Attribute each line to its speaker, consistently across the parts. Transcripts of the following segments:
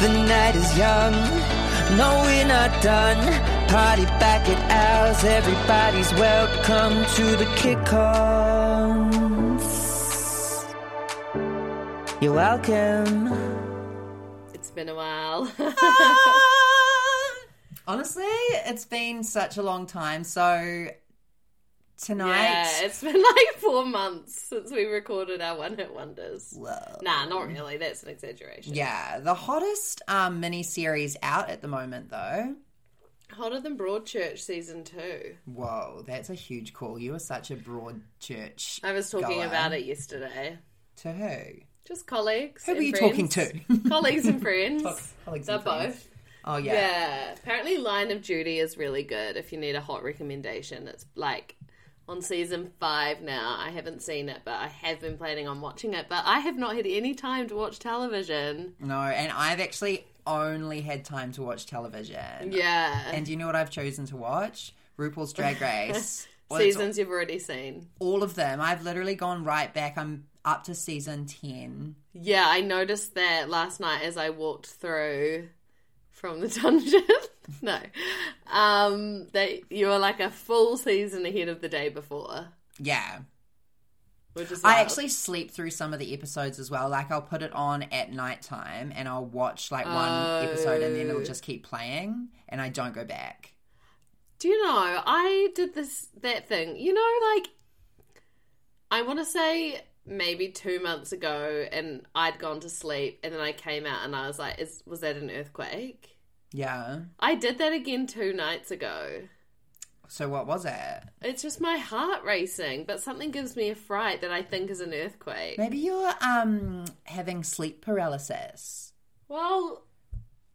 Speaker 1: The night is young. No, we're not done. Party back at ours. Everybody's welcome to the kick-ons. You're welcome.
Speaker 2: It's been a while.
Speaker 3: Honestly, it's been such a long time. So tonight,
Speaker 2: yeah, it's been like four months since we recorded our One Hit Wonders. Nah, not really. That's an exaggeration.
Speaker 3: yeah, the hottest um, mini series out at the moment, though.
Speaker 2: Hotter than Broadchurch season two.
Speaker 3: Whoa, that's a huge call. You are such a broad church.
Speaker 2: I was talking
Speaker 3: goer.
Speaker 2: about it yesterday.
Speaker 3: to who?
Speaker 2: Just colleagues.
Speaker 3: Who
Speaker 2: and
Speaker 3: were you
Speaker 2: friends.
Speaker 3: talking to?
Speaker 2: colleagues and friends.
Speaker 3: Alex
Speaker 2: They're
Speaker 3: and friends.
Speaker 2: both.
Speaker 3: Oh yeah.
Speaker 2: Yeah. Apparently, Line of Duty is really good. If you need a hot recommendation, it's like on season five now. I haven't seen it, but I have been planning on watching it. But I have not had any time to watch television.
Speaker 3: No, and I've actually only had time to watch television.
Speaker 2: Yeah.
Speaker 3: And do you know what I've chosen to watch? RuPaul's Drag Race. Well, it's
Speaker 2: Seasons you've already seen.
Speaker 3: all of them. I've literally gone right back. I'm up to season 10.
Speaker 2: Yeah, I noticed that last night as I walked through from the dungeon. no. Um that you were like a full season ahead of the day before.
Speaker 3: Yeah.
Speaker 2: Which is
Speaker 3: I
Speaker 2: wild.
Speaker 3: actually sleep through some of the episodes as well. Like I'll put it on at nighttime and I'll watch like one episode and
Speaker 2: Oh.
Speaker 3: then it'll just keep playing and I don't go back.
Speaker 2: Do you know, I did this that thing. You know, like I wanna say maybe two months ago and I'd gone to sleep and then I came out and I was like, Is was that an earthquake?
Speaker 3: Yeah.
Speaker 2: I did that again two nights ago.
Speaker 3: So what was it?
Speaker 2: It's just my heart racing, but something gives me a fright that I think is an earthquake.
Speaker 3: Maybe you're um having sleep paralysis.
Speaker 2: Well,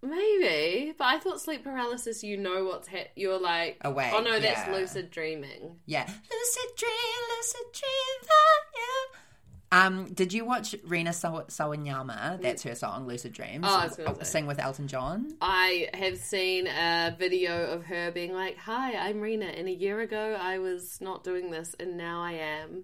Speaker 2: maybe, but I thought sleep paralysis, you know what's hit. You're like,
Speaker 3: Awake,
Speaker 2: oh no, that's
Speaker 3: yeah.
Speaker 2: lucid dreaming.
Speaker 3: Yeah. Lucid dream, lucid dream for you. Um, did you watch Rina Saw- Sawanyama? That's her song, Lucid Dreams.
Speaker 2: Oh, I was gonna say.
Speaker 3: Sing with Elton John.
Speaker 2: I have seen a video of her being like, hi, I'm Rena, and a year ago I was not doing this, and now I am.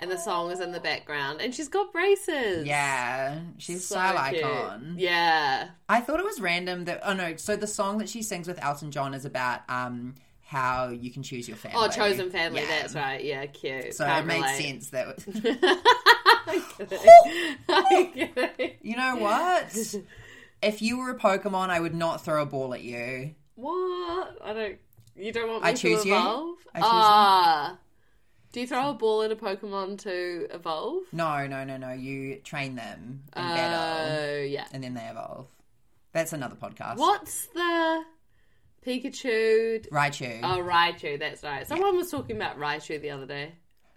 Speaker 2: And the song is in the background, and she's got braces.
Speaker 3: Yeah, she's
Speaker 2: So
Speaker 3: style
Speaker 2: cute.
Speaker 3: icon.
Speaker 2: Yeah.
Speaker 3: I thought it was random that oh no, so the song that she sings with Elton John is about um how you can choose your family.
Speaker 2: Oh, chosen family.
Speaker 3: Yeah.
Speaker 2: That's right. Yeah, cute.
Speaker 3: So
Speaker 2: Can't
Speaker 3: it made
Speaker 2: relate.
Speaker 3: sense that
Speaker 2: I'm kidding. I'm kidding.
Speaker 3: you know what? if you were a Pokemon, I would not throw a ball at you.
Speaker 2: What? I don't. You don't want me
Speaker 3: I choose
Speaker 2: to
Speaker 3: you.
Speaker 2: evolve?
Speaker 3: I choose you.
Speaker 2: ah. Do you throw a ball at a Pokemon to evolve?
Speaker 3: No, no, no, no. You train them in
Speaker 2: Oh,
Speaker 3: battle,
Speaker 2: yeah.
Speaker 3: and then they evolve. That's another podcast.
Speaker 2: What's the Pikachu?
Speaker 3: Raichu.
Speaker 2: Oh, Raichu. That's right. Someone was talking about Raichu the other day.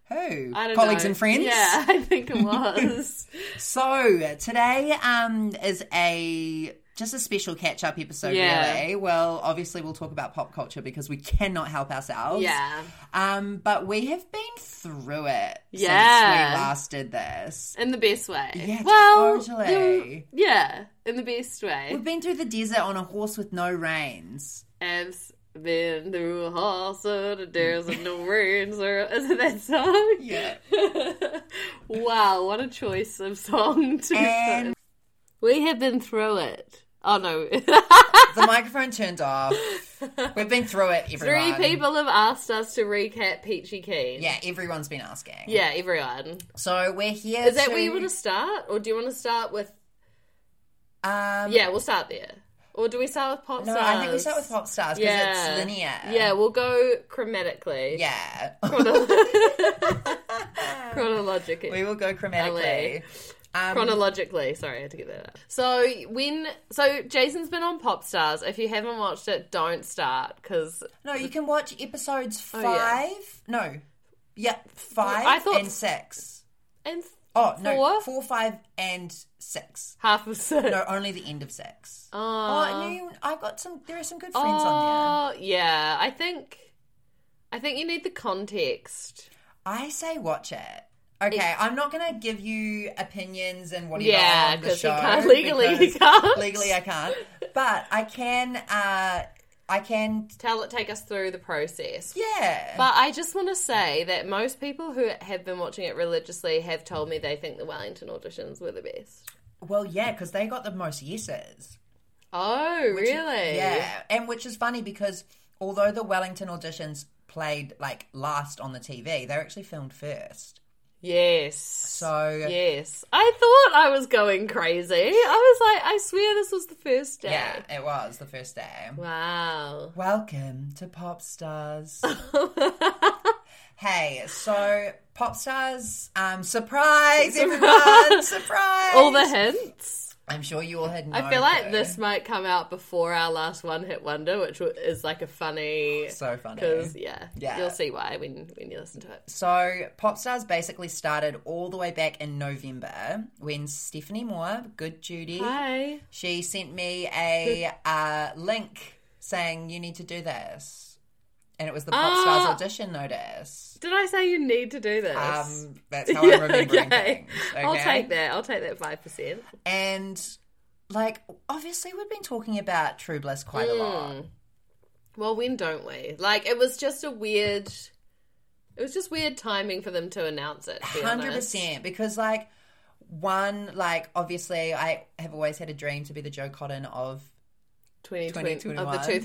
Speaker 3: Who?
Speaker 2: I don't
Speaker 3: Colleagues
Speaker 2: know.
Speaker 3: and friends.
Speaker 2: Yeah, I think it was.
Speaker 3: So today um is a just a special catch up episode
Speaker 2: Yeah.
Speaker 3: really. Well, obviously we'll talk about pop culture because we cannot help ourselves.
Speaker 2: yeah.
Speaker 3: Um but we have been through it
Speaker 2: Yeah.
Speaker 3: since we last did this.
Speaker 2: In the best way.
Speaker 3: Yeah,
Speaker 2: well,
Speaker 3: totally.
Speaker 2: the- yeah, in the best way.
Speaker 3: We've been through the desert on a horse with no reins.
Speaker 2: I've been through a hall, so the there's no rain, so is it that song?
Speaker 3: Yeah.
Speaker 2: wow, what a choice of song to
Speaker 3: And
Speaker 2: We have been through it. Oh no.
Speaker 3: the microphone turned off. We've been through it,
Speaker 2: Three
Speaker 3: everyone.
Speaker 2: people have asked us to recap Peachy Keen.
Speaker 3: Yeah, everyone's been asking.
Speaker 2: Yeah, everyone.
Speaker 3: So we're here
Speaker 2: Is that
Speaker 3: to,
Speaker 2: where you want to start? Or do you want to start with
Speaker 3: um
Speaker 2: Yeah, we'll start there. Or do we start with pop
Speaker 3: No,
Speaker 2: stars?
Speaker 3: I think we start with pop stars because it's linear.
Speaker 2: Yeah, we'll go chromatically.
Speaker 3: Yeah.
Speaker 2: Chronologically.
Speaker 3: we will go chromatically. Um,
Speaker 2: chronologically. Sorry, I had to get that out. So when so Jason's been on Pop Stars. If you haven't watched it, don't start because
Speaker 3: No, you can watch episodes five.
Speaker 2: Oh, yeah.
Speaker 3: No, yeah, five
Speaker 2: I thought-
Speaker 3: and six.
Speaker 2: and
Speaker 3: Oh no,
Speaker 2: Four?
Speaker 3: four, five, and six.
Speaker 2: half of six.
Speaker 3: No, only the end of six. Oh, I knew. I got some. There are some good friends on there.
Speaker 2: Uh-huh. Oh, yeah. I think I think you need the context.
Speaker 3: I say watch it. Okay, I'm not going to give you opinions and whatever
Speaker 2: Yeah,
Speaker 3: on the
Speaker 2: 'cause you
Speaker 3: show.
Speaker 2: can't- legally you
Speaker 3: because
Speaker 2: can't.
Speaker 3: Legally, I can't. But I can. Uh, I can.
Speaker 2: Tell it. Take us through the process.
Speaker 3: Yeah.
Speaker 2: But I just want to say that most people who have been watching it religiously have told me they think the Wellington auditions were the best.
Speaker 3: well, yeah, because they got the most yeses.
Speaker 2: Oh, really?
Speaker 3: Yeah, and which is funny because although the Wellington auditions played like last on the TV, they were actually filmed first.
Speaker 2: Yes.
Speaker 3: So
Speaker 2: Yes. I thought I was going crazy. I was like, I swear this was the first day.
Speaker 3: yeah, it was the first day.
Speaker 2: Wow.
Speaker 3: Welcome to Pop Stars. hey, so Pop Stars, um, surprise everyone, surprise!
Speaker 2: All the hints.
Speaker 3: I'm sure you all had.
Speaker 2: I feel like this might come out before our last one hit wonder, which w- is like a funny.
Speaker 3: so funny.
Speaker 2: Because yeah,
Speaker 3: Oh, Yeah.
Speaker 2: you'll see why when when you listen to it.
Speaker 3: So, Pop Stars basically started all the way back in November when Stephanie Moore, good Judy,
Speaker 2: Hi.
Speaker 3: she sent me a uh, link saying you need to do this, and it was the Pop
Speaker 2: Ah.
Speaker 3: Stars audition notice.
Speaker 2: Did I say you need to do this?
Speaker 3: Um, that's how I'm remembering things. Okay?
Speaker 2: I'll take that. I'll take that five percent.
Speaker 3: And like, obviously, we've been talking about True Bliss quite a
Speaker 2: Mm,
Speaker 3: lot.
Speaker 2: Well, when don't we? Like it was just a weird. It was just weird timing for them to announce it. to be
Speaker 3: Hundred
Speaker 2: honest.
Speaker 3: percent, because like one, like obviously, I have always had a dream to be the Joe Cotton of,
Speaker 2: 2020 of the
Speaker 3: 2021.
Speaker 2: two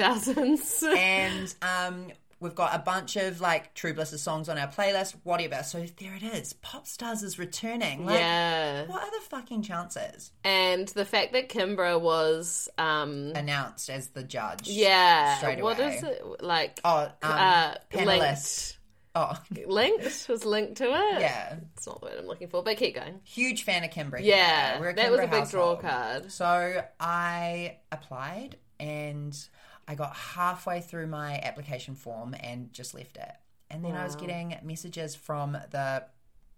Speaker 2: thousands.
Speaker 3: and um, we've got a bunch of like True Bliss's songs on our playlist. Whatever. So there it is. Pop Stars is returning. Like,
Speaker 2: yeah,
Speaker 3: What are the fucking chances?
Speaker 2: and the fact that Kimbra was, um,
Speaker 3: Announced as the judge.
Speaker 2: yeah,
Speaker 3: Straight
Speaker 2: what
Speaker 3: away.
Speaker 2: is it like?
Speaker 3: Oh, um,
Speaker 2: uh,
Speaker 3: panelist. Oh,
Speaker 2: linked, linked was linked to it.
Speaker 3: yeah.
Speaker 2: it's not the word I'm looking for, but keep going.
Speaker 3: Huge fan of Kimbra. here.
Speaker 2: Yeah,
Speaker 3: We're
Speaker 2: that was a
Speaker 3: Kimbra
Speaker 2: big draw
Speaker 3: household.
Speaker 2: card.
Speaker 3: So I applied and I got halfway through my application form and just left it. And then I was getting messages from the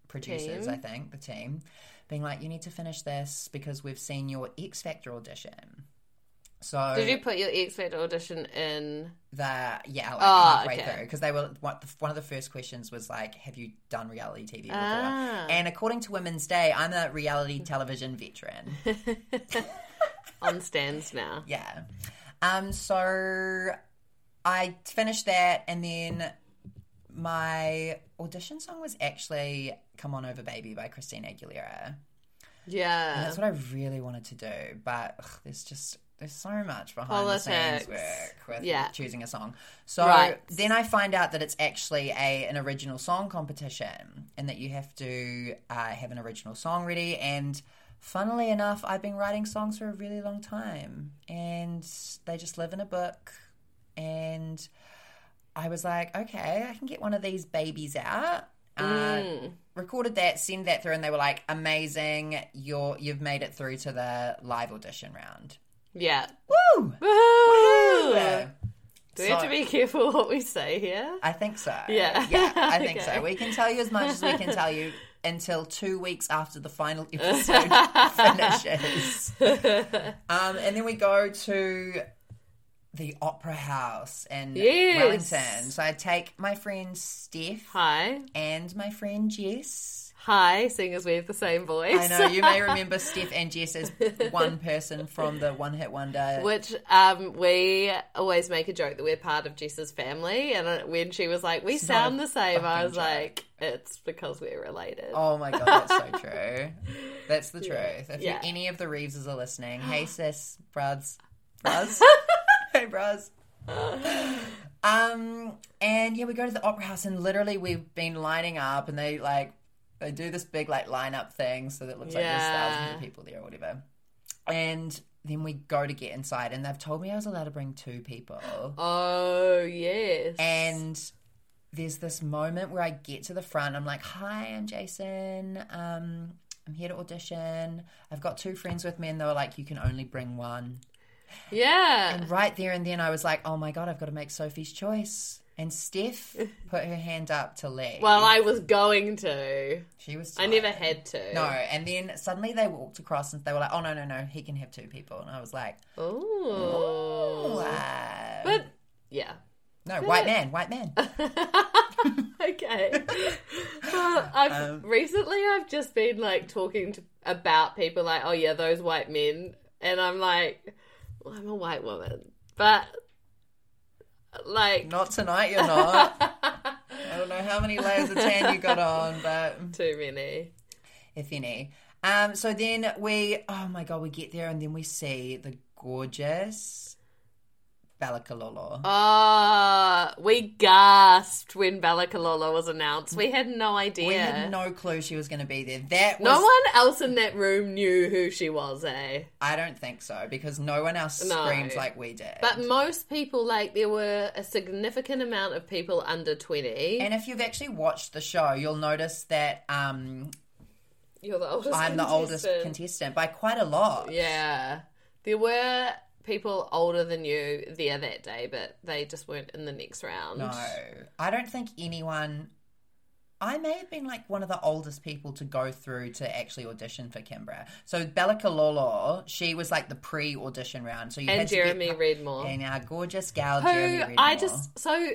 Speaker 3: producers, I think, the team, being like, you need to finish this because we've seen your X Factor audition. So
Speaker 2: Did you put your X Factor audition in?
Speaker 3: the yeah, like
Speaker 2: Oh,
Speaker 3: halfway
Speaker 2: okay.
Speaker 3: through because they were what, the, one of the first questions was like, "Have you done reality TV before?"
Speaker 2: Ah.
Speaker 3: And according to Women's Day, I'm a reality television veteran.
Speaker 2: on stands now.
Speaker 3: Yeah. Um. So I finished that, and then my audition song was actually "Come On Over, Baby" by Christine Aguilera. And
Speaker 2: Yeah.
Speaker 3: that's what I really wanted to do, but ugh, there's just there's so much behind the
Speaker 2: Politics.
Speaker 3: scenes work with
Speaker 2: Yeah.
Speaker 3: choosing a song. So
Speaker 2: Right.
Speaker 3: then I find out that it's actually a an original song competition, and that you have to uh, have an original song ready. And funnily enough, I've been writing songs for a really long time, and they just live in a book. And I was like, okay, I can get one of these babies out.
Speaker 2: Mm.
Speaker 3: Uh, Recorded that, sent that through, and they were like, amazing. You're you've made it through to the live audition round.
Speaker 2: Yeah.
Speaker 3: Woo!
Speaker 2: Woohoo!
Speaker 3: Yeah.
Speaker 2: Do we have to be careful what we say here?
Speaker 3: I think so.
Speaker 2: Yeah.
Speaker 3: Yeah, I think
Speaker 2: Okay.
Speaker 3: so. We can tell you as much as we can tell you until two weeks after the final episode finishes. Um, and then we go to the Opera House in
Speaker 2: Yes.
Speaker 3: Wellington. So I take my friend Steph
Speaker 2: Hi.
Speaker 3: and my friend Jess.
Speaker 2: Hi, seeing as we have the same voice.
Speaker 3: I know you may remember Steph and Jess as one person from the One Hit Wonder.
Speaker 2: Which um, we always make a joke that we're part of Jess's family, and uh, when she was like, "We
Speaker 3: not a
Speaker 2: sound the same," I
Speaker 3: fucking
Speaker 2: was like, "It's because we're related."
Speaker 3: Oh my god, that's so true. That's the truth. If you-
Speaker 2: Yeah.
Speaker 3: any of the Reeveses are listening, hey sis, bros, bros, hey bros. Um, and yeah, we go to the opera house, and literally we've been lining up, and they like they do this big like lineup thing, so that it looks like there's thousands
Speaker 2: Yeah.
Speaker 3: of people there or whatever. And then we go to get inside, and they've told me I was allowed to bring two people.
Speaker 2: Oh yes,
Speaker 3: And there's this moment where I get to the front. I'm like, "Hi, I'm Jason. Um, I'm here to audition. I've got two friends with me, and they were like, you can only bring one."
Speaker 2: yeah,
Speaker 3: And right there and then, I was like, "Oh my god, I've got to make Sophie's choice." And Steph put her hand up to leave.
Speaker 2: Well, I was going to.
Speaker 3: she was.
Speaker 2: I never had to.
Speaker 3: No, and then suddenly they walked across and they were like, "Oh no, no, no! He can have two people." And I was like,
Speaker 2: Oh.
Speaker 3: "Wow."
Speaker 2: But yeah.
Speaker 3: no, white man, white man.
Speaker 2: Okay. Uh, I've
Speaker 3: Um,
Speaker 2: recently I've just been like talking to, about people like, oh yeah, those white men, and I'm like, well, I'm a white woman, but like
Speaker 3: Not tonight, you're not. I don't know how many layers of tan you got on, but
Speaker 2: too many.
Speaker 3: if any. Um, so then we, oh my god, we get there and then we see the gorgeous Balakalolo.
Speaker 2: Oh, Ah, we gasped when Balakalolo was announced. We had no idea.
Speaker 3: We had no clue she was going to be there. That was,
Speaker 2: No one else in that room knew who she was, eh?
Speaker 3: I don't think so because no one else
Speaker 2: No.
Speaker 3: screams like we did.
Speaker 2: But most people, like, there were a significant amount of people under 20.
Speaker 3: and if you've actually watched the show, you'll notice that um,
Speaker 2: You're the oldest.
Speaker 3: I'm the oldest
Speaker 2: contestant.
Speaker 3: contestant by quite a lot.
Speaker 2: Yeah. There were people older than you there that day, but they just weren't in the next round.
Speaker 3: No, I don't think anyone. I may have been like one of the oldest people to go through to actually audition for Kimbra. So Bella Kalolo, she was like the pre-audition round. So you
Speaker 2: And
Speaker 3: had
Speaker 2: Jeremy
Speaker 3: to get,
Speaker 2: Readmore.
Speaker 3: and our gorgeous gal Jeremy
Speaker 2: Who
Speaker 3: Redmore.
Speaker 2: I just so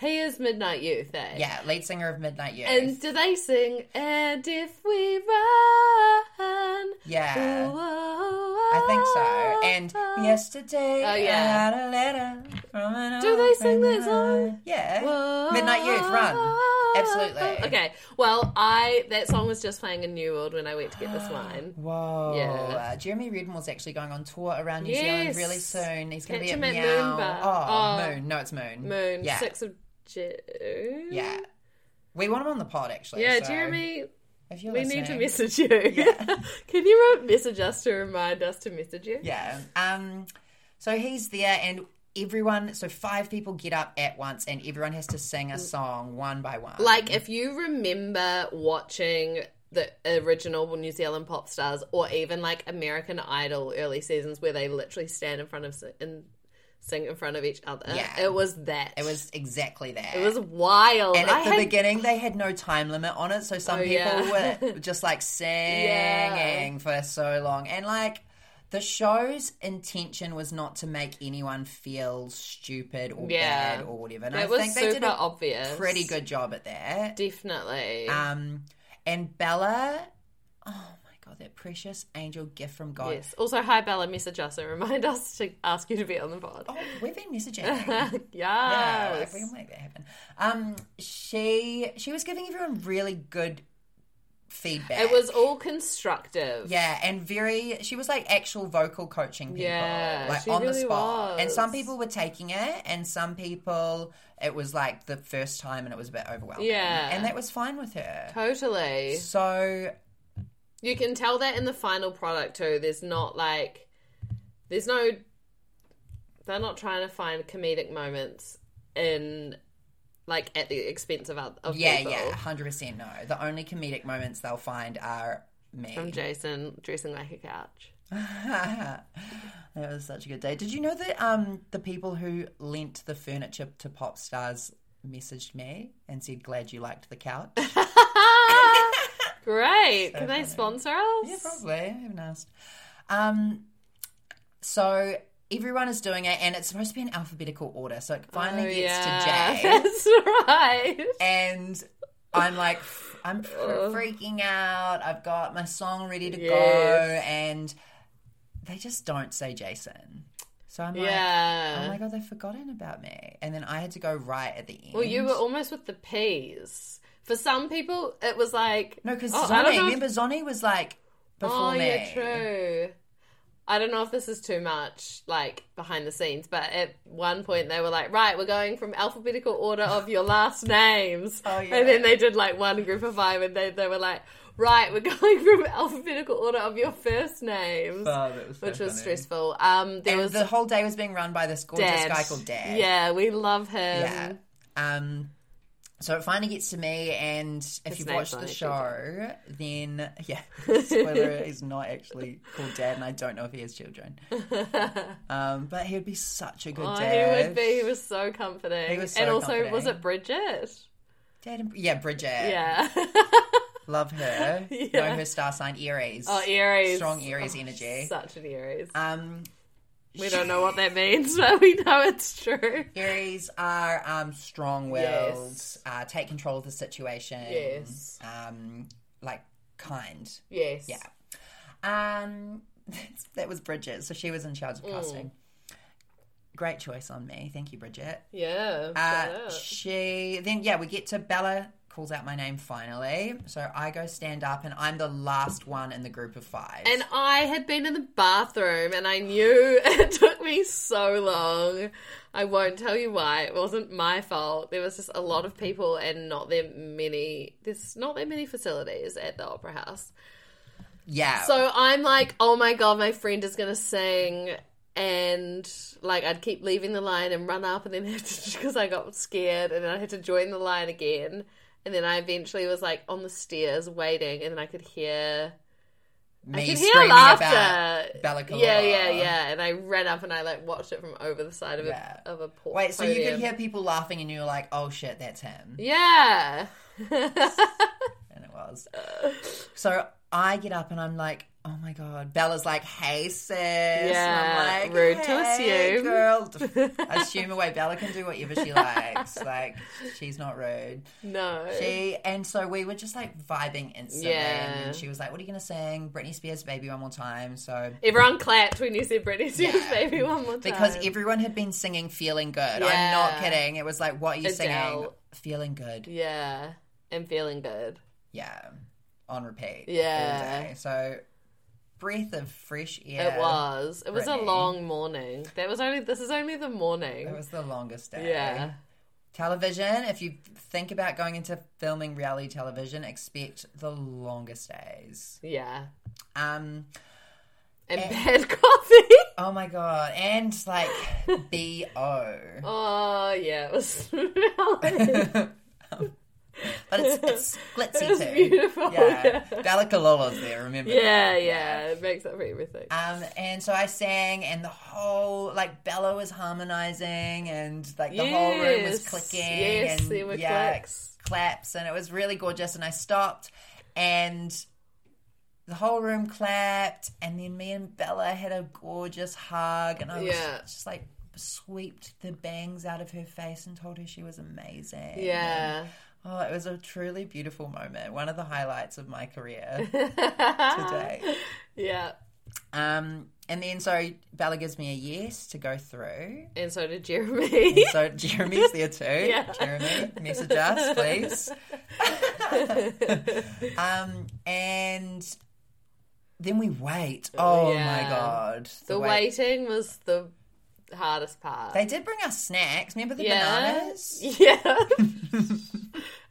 Speaker 2: he is Midnight Youth, eh?
Speaker 3: yeah, lead singer of Midnight Youth.
Speaker 2: And do they sing And if we run? oh,
Speaker 3: yeah. I
Speaker 2: I
Speaker 3: think so. And yesterday
Speaker 2: Oh,
Speaker 3: I
Speaker 2: yeah.
Speaker 3: had a letter from an
Speaker 2: Do they sing
Speaker 3: open
Speaker 2: that song?
Speaker 3: eye. Yeah. Midnight Youth, run. Absolutely.
Speaker 2: Okay. Well, I that song was just playing in New World when I went to get this wine.
Speaker 3: Whoa.
Speaker 2: Yeah.
Speaker 3: Uh, Jeremy Redmore's actually going on tour around New
Speaker 2: Yes.
Speaker 3: Zealand really soon. He's going to be
Speaker 2: Catch
Speaker 3: at
Speaker 2: him at
Speaker 3: Meow.
Speaker 2: Moonbar.
Speaker 3: Oh,
Speaker 2: Oh.
Speaker 3: Moon. No, it's Moon.
Speaker 2: Moon,
Speaker 3: Yeah.
Speaker 2: sixth of June.
Speaker 3: Yeah. We want him on the pod, actually.
Speaker 2: Yeah,
Speaker 3: so
Speaker 2: Jeremy,
Speaker 3: If you're
Speaker 2: we
Speaker 3: listening,
Speaker 2: need to message you. Can you re- message us to remind us to message you?
Speaker 3: Yeah. Um, so he's there and everyone, so five people get up at once and everyone has to sing a song one by one.
Speaker 2: Mm. Like, if you remember watching the original New Zealand pop stars or even like American Idol early seasons where they literally stand in front of s- and sing in front of each other,
Speaker 3: Yeah.
Speaker 2: it was that.
Speaker 3: It was exactly that.
Speaker 2: It was wild.
Speaker 3: And at
Speaker 2: I
Speaker 3: the
Speaker 2: had-
Speaker 3: beginning, they had no time limit on it, so some
Speaker 2: Oh,
Speaker 3: people
Speaker 2: yeah.
Speaker 3: were just like singing for so long. And like the show's intention was not to make anyone feel stupid or
Speaker 2: Yeah.
Speaker 3: bad or whatever. And
Speaker 2: It
Speaker 3: I
Speaker 2: was
Speaker 3: think they
Speaker 2: super
Speaker 3: did a
Speaker 2: obvious.
Speaker 3: pretty good job at that.
Speaker 2: Definitely.
Speaker 3: Um, and Bella, oh my god, that precious angel gift from God.
Speaker 2: yes. Also, hi Bella, message us and remind us to ask you to be on the pod.
Speaker 3: Oh, we've been messaging.
Speaker 2: yes.
Speaker 3: Yeah, like, we can make that happen. Um, she she was giving everyone really good feedback.
Speaker 2: It was all constructive.
Speaker 3: yeah, and very she was like actual vocal coaching people,
Speaker 2: Yeah,
Speaker 3: like
Speaker 2: she
Speaker 3: on the
Speaker 2: really
Speaker 3: spot. And some
Speaker 2: was.
Speaker 3: people were taking it, and some people it was like the first time, and it was a bit overwhelming.
Speaker 2: Yeah.
Speaker 3: and that was fine with her.
Speaker 2: Totally.
Speaker 3: So
Speaker 2: You can tell that in the final product too. There's not like there's no they're not trying to find comedic moments in like at the expense of other of
Speaker 3: yeah,
Speaker 2: people.
Speaker 3: yeah, hundred percent. No, the only comedic moments they'll find are me.
Speaker 2: From Jason dressing like a couch.
Speaker 3: that was such a good day. Did you know that um the people who lent the furniture to pop stars messaged me and said glad you liked the couch?
Speaker 2: Great. Can they sponsor us?
Speaker 3: yeah, probably. I haven't asked. Um so everyone is doing it and it's supposed to be in alphabetical order. So it finally
Speaker 2: Oh,
Speaker 3: gets
Speaker 2: yeah.
Speaker 3: to J.
Speaker 2: That's right.
Speaker 3: and I'm like, f- I'm fr- freaking out. I've got my song ready to
Speaker 2: Yes.
Speaker 3: go, and they just don't say Jason. So I'm like,
Speaker 2: Yeah.
Speaker 3: oh my god, they've forgotten about me. And then I had to go right at the end.
Speaker 2: Well, you were almost with the peas. For some people, it was like
Speaker 3: no, because
Speaker 2: Oh,
Speaker 3: Zonny.
Speaker 2: I don't know if-
Speaker 3: Remember, Zonny was like before
Speaker 2: Oh,
Speaker 3: me.
Speaker 2: yeah, true. I don't know if this is too much, like behind the scenes, but at one point they were like, "Right, we're going from alphabetical order of your last names,"
Speaker 3: Oh, yeah.
Speaker 2: and then they did like one group of five, and they they were like, "Right, we're going from alphabetical order of your first names," which was stressful. Um, there
Speaker 3: And
Speaker 2: was
Speaker 3: the whole day was being run by this gorgeous
Speaker 2: Dad.
Speaker 3: guy called Dad.
Speaker 2: Yeah, we love him.
Speaker 3: Yeah. Um, so it finally gets to me, and if you've watched
Speaker 2: name's not
Speaker 3: the
Speaker 2: actually
Speaker 3: show, then yeah, spoiler, he's not actually called Dad, and I don't know if he has children. Um, but he would be such a good
Speaker 2: Oh,
Speaker 3: dad.
Speaker 2: he would be. He was so comforting.
Speaker 3: He was so
Speaker 2: and also, was
Speaker 3: comforting. Uh,
Speaker 2: it Bridget?
Speaker 3: Dad and, yeah, Bridget.
Speaker 2: Yeah.
Speaker 3: love her.
Speaker 2: Yeah.
Speaker 3: Know her star sign Aries.
Speaker 2: oh, Aries.
Speaker 3: Strong Aries
Speaker 2: Oh,
Speaker 3: energy.
Speaker 2: Such an Aries.
Speaker 3: Um,
Speaker 2: We don't know what that means, but we know it's true.
Speaker 3: Aries are um, strong-willed,
Speaker 2: Yes.
Speaker 3: uh, take control of the situation.
Speaker 2: Yes.
Speaker 3: Um, like kind.
Speaker 2: Yes.
Speaker 3: Yeah. Um, that was Bridget, so she was in charge of
Speaker 2: Mm.
Speaker 3: casting. Great choice on me, thank you, Bridget.
Speaker 2: Yeah.
Speaker 3: Uh,
Speaker 2: shut up.
Speaker 3: she then yeah, we get to Bella calls out my name finally. So I go stand up and I'm the last one in the group of five.
Speaker 2: And I had been in the bathroom and I knew it took me so long. I won't tell you why. It wasn't my fault. There was just a lot of people and not that many there's not that many facilities at the opera house.
Speaker 3: yeah.
Speaker 2: So I'm like, oh my god, my friend is gonna sing, and like I'd keep leaving the line and run up, and then have to because I got scared, and then I had to join the line again, and then I eventually was like on the stairs waiting, and then I could hear
Speaker 3: me
Speaker 2: I could hear
Speaker 3: screaming
Speaker 2: laughter.
Speaker 3: about Bella Kalora.
Speaker 2: Yeah, yeah, yeah. And I ran up and I like watched it from over the side of
Speaker 3: Yeah.
Speaker 2: a of a port.
Speaker 3: Wait, so you could hear people laughing and you were like, oh shit, that's him.
Speaker 2: Yeah.
Speaker 3: And it was. So I get up and I'm like, oh my God. Bella's like, hey, sis. And
Speaker 2: Yeah,
Speaker 3: I'm like,
Speaker 2: rude to
Speaker 3: "Hey,
Speaker 2: assume."
Speaker 3: Girl. assume away. Bella can do whatever she likes. like, she's not rude.
Speaker 2: no.
Speaker 3: She and so we were just like vibing instantly, and
Speaker 2: Yeah.
Speaker 3: then she was like, "What are you gonna sing?" Britney Spears' "Baby" one more time. So
Speaker 2: Everyone clapped when you said Britney Spears
Speaker 3: Yeah.
Speaker 2: baby one more time.
Speaker 3: because everyone had been singing "Feeling Good," I'm not
Speaker 2: Yeah.
Speaker 3: kidding. It was like, "What are you singing?"
Speaker 2: Adele.
Speaker 3: "Feeling Good."
Speaker 2: Yeah. And feeling good.
Speaker 3: Yeah, on repeat. all
Speaker 2: Yeah.
Speaker 3: day. So breath of fresh air.
Speaker 2: It was. It was
Speaker 3: Brittany.
Speaker 2: a long morning. That was only. This is only the morning.
Speaker 3: It was the longest day.
Speaker 2: yeah.
Speaker 3: Television. If you think about going into filming reality television, expect the longest days.
Speaker 2: Yeah.
Speaker 3: Um.
Speaker 2: And
Speaker 3: Eh.
Speaker 2: bad coffee.
Speaker 3: Oh my god. And like B O.
Speaker 2: Oh yeah, it was. really-
Speaker 3: But it's it's glitzy
Speaker 2: It was
Speaker 3: too.
Speaker 2: beautiful,
Speaker 3: Yeah.
Speaker 2: yeah.
Speaker 3: Bella Kalola's there, remember?
Speaker 2: yeah,
Speaker 3: that?
Speaker 2: yeah. It makes up for everything.
Speaker 3: Um, and so I sang, and the whole like Bella was harmonizing, and like the whole room was
Speaker 2: Yes.
Speaker 3: clicking,
Speaker 2: Yes,
Speaker 3: and
Speaker 2: there were
Speaker 3: yeah,
Speaker 2: clicks.
Speaker 3: claps, and it was really gorgeous. And I stopped, and the whole room clapped, and then me and Bella had a gorgeous hug, and I was
Speaker 2: Yeah.
Speaker 3: just like sweeped the bangs out of her face and told her she was amazing.
Speaker 2: yeah.
Speaker 3: Oh, it was a truly beautiful moment. One of the highlights of my career today.
Speaker 2: yeah.
Speaker 3: Um, and then so Bella gives me a yes to go through.
Speaker 2: And so did Jeremy.
Speaker 3: So Jeremy's there too.
Speaker 2: Yeah.
Speaker 3: Jeremy, message us, please. um, and then we wait. Oh my
Speaker 2: yeah.
Speaker 3: god,
Speaker 2: the waiting was the hardest part.
Speaker 3: They did bring us snacks. Remember the
Speaker 2: yeah.
Speaker 3: bananas?
Speaker 2: Yeah.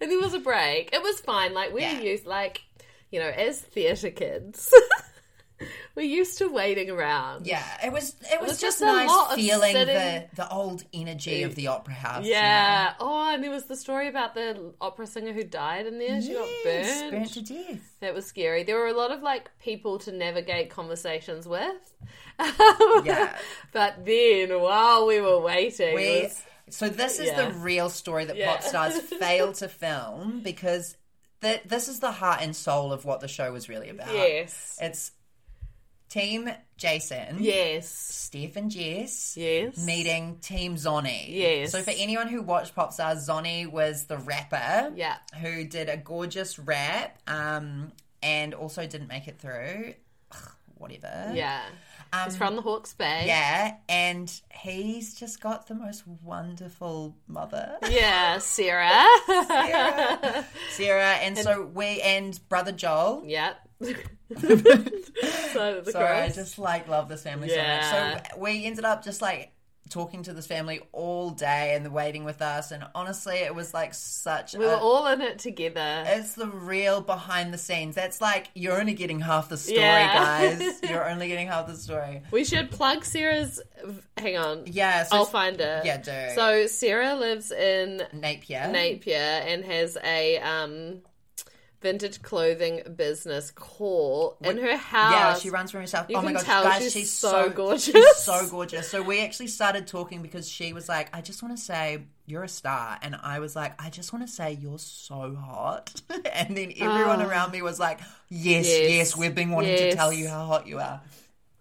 Speaker 2: and there was a break. It was fine. Like we
Speaker 3: Yeah.
Speaker 2: were used like, you know, as theatre kids. we're used to waiting around.
Speaker 3: Yeah, it was. It was,
Speaker 2: was
Speaker 3: just,
Speaker 2: just a lot
Speaker 3: nice
Speaker 2: of
Speaker 3: feeling the
Speaker 2: sitting-
Speaker 3: the old energy of the opera house. you know?
Speaker 2: Yeah. Oh, and there was the story about the opera singer who died in there. She
Speaker 3: Yes,
Speaker 2: got
Speaker 3: burnt to death.
Speaker 2: That was scary. There were a lot of like people to navigate conversations with.
Speaker 3: Yeah.
Speaker 2: But then while we were waiting,
Speaker 3: We-
Speaker 2: it was-
Speaker 3: so this is
Speaker 2: yeah.
Speaker 3: the real story that
Speaker 2: Yeah.
Speaker 3: pop stars fail to film because th- this is the heart and soul of what the show was really about.
Speaker 2: yes.
Speaker 3: It's Team Jason,
Speaker 2: Yes.
Speaker 3: Steph and Jess
Speaker 2: Yes.
Speaker 3: meeting Team Zonny.
Speaker 2: Yes.
Speaker 3: So for anyone who watched Pop Stars, Zonny was the rapper
Speaker 2: Yeah.
Speaker 3: who did a gorgeous rap um, and also didn't make it through. Ugh, Whatever.
Speaker 2: Yeah. It's from the Hawke's Bay.
Speaker 3: Um, Yeah, and he's just got the most wonderful mother.
Speaker 2: Yeah, Sarah.
Speaker 3: Sarah. Sarah, and, so we and brother Joel.
Speaker 2: yep. Side of the
Speaker 3: Sorry, I
Speaker 2: cross.
Speaker 3: just like love this family so much.
Speaker 2: Yeah.
Speaker 3: So we ended up just like talking to this family all day and the waiting with us, and honestly, it was like such.
Speaker 2: we were
Speaker 3: a,
Speaker 2: all in it together.
Speaker 3: it's the real behind the scenes. That's like you're only getting half the story,
Speaker 2: Yeah.
Speaker 3: guys. You're only getting half the story.
Speaker 2: We should plug Sarah's. Hang on.
Speaker 3: Yeah. So
Speaker 2: I'll find it.
Speaker 3: Yeah, do.
Speaker 2: So Sarah lives in
Speaker 3: Napier.
Speaker 2: Napier and has a um, vintage clothing business core in her house.
Speaker 3: Yeah, she runs for herself.
Speaker 2: Ah, You
Speaker 3: oh my
Speaker 2: can
Speaker 3: gosh,
Speaker 2: tell
Speaker 3: guys, she's,
Speaker 2: she's
Speaker 3: so,
Speaker 2: so gorgeous.
Speaker 3: She's so gorgeous. So we actually started talking because she was like, "I just want to say you're a star," and I was like, "I just want to say you're so hot." and then everyone around me was like, "Yes, yes,
Speaker 2: Ah. Yes,
Speaker 3: we've been wanting to
Speaker 2: yes.
Speaker 3: tell you how hot you are."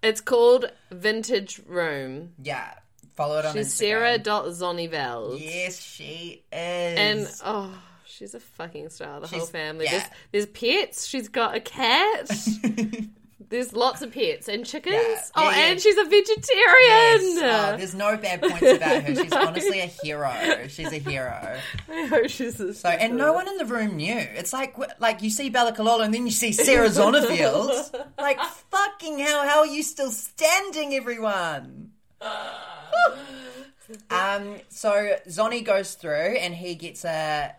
Speaker 2: It's called Vintage Room.
Speaker 3: Yeah, follow it on
Speaker 2: She's
Speaker 3: Instagram.
Speaker 2: Sarah dot Zonneveld.
Speaker 3: Yes, she is.
Speaker 2: And oh, she's a fucking star. The whole
Speaker 3: She's-
Speaker 2: family.
Speaker 3: yeah.
Speaker 2: There's, there's pets. She's got a cat. There's lots of pets and chickens.
Speaker 3: Yeah.
Speaker 2: Oh,
Speaker 3: Yeah, yeah.
Speaker 2: and she's a vegetarian.
Speaker 3: Yes.
Speaker 2: uh,
Speaker 3: Oh, there's no bad points about her. She's honestly a hero. She's a hero.
Speaker 2: I hope she's a
Speaker 3: So, and no one in the room knew. It's like like you see Bella Kalala and then you see Sarah Zonnefield. like fucking hell, how are you still standing, everyone? um. So Zonny goes through and he gets a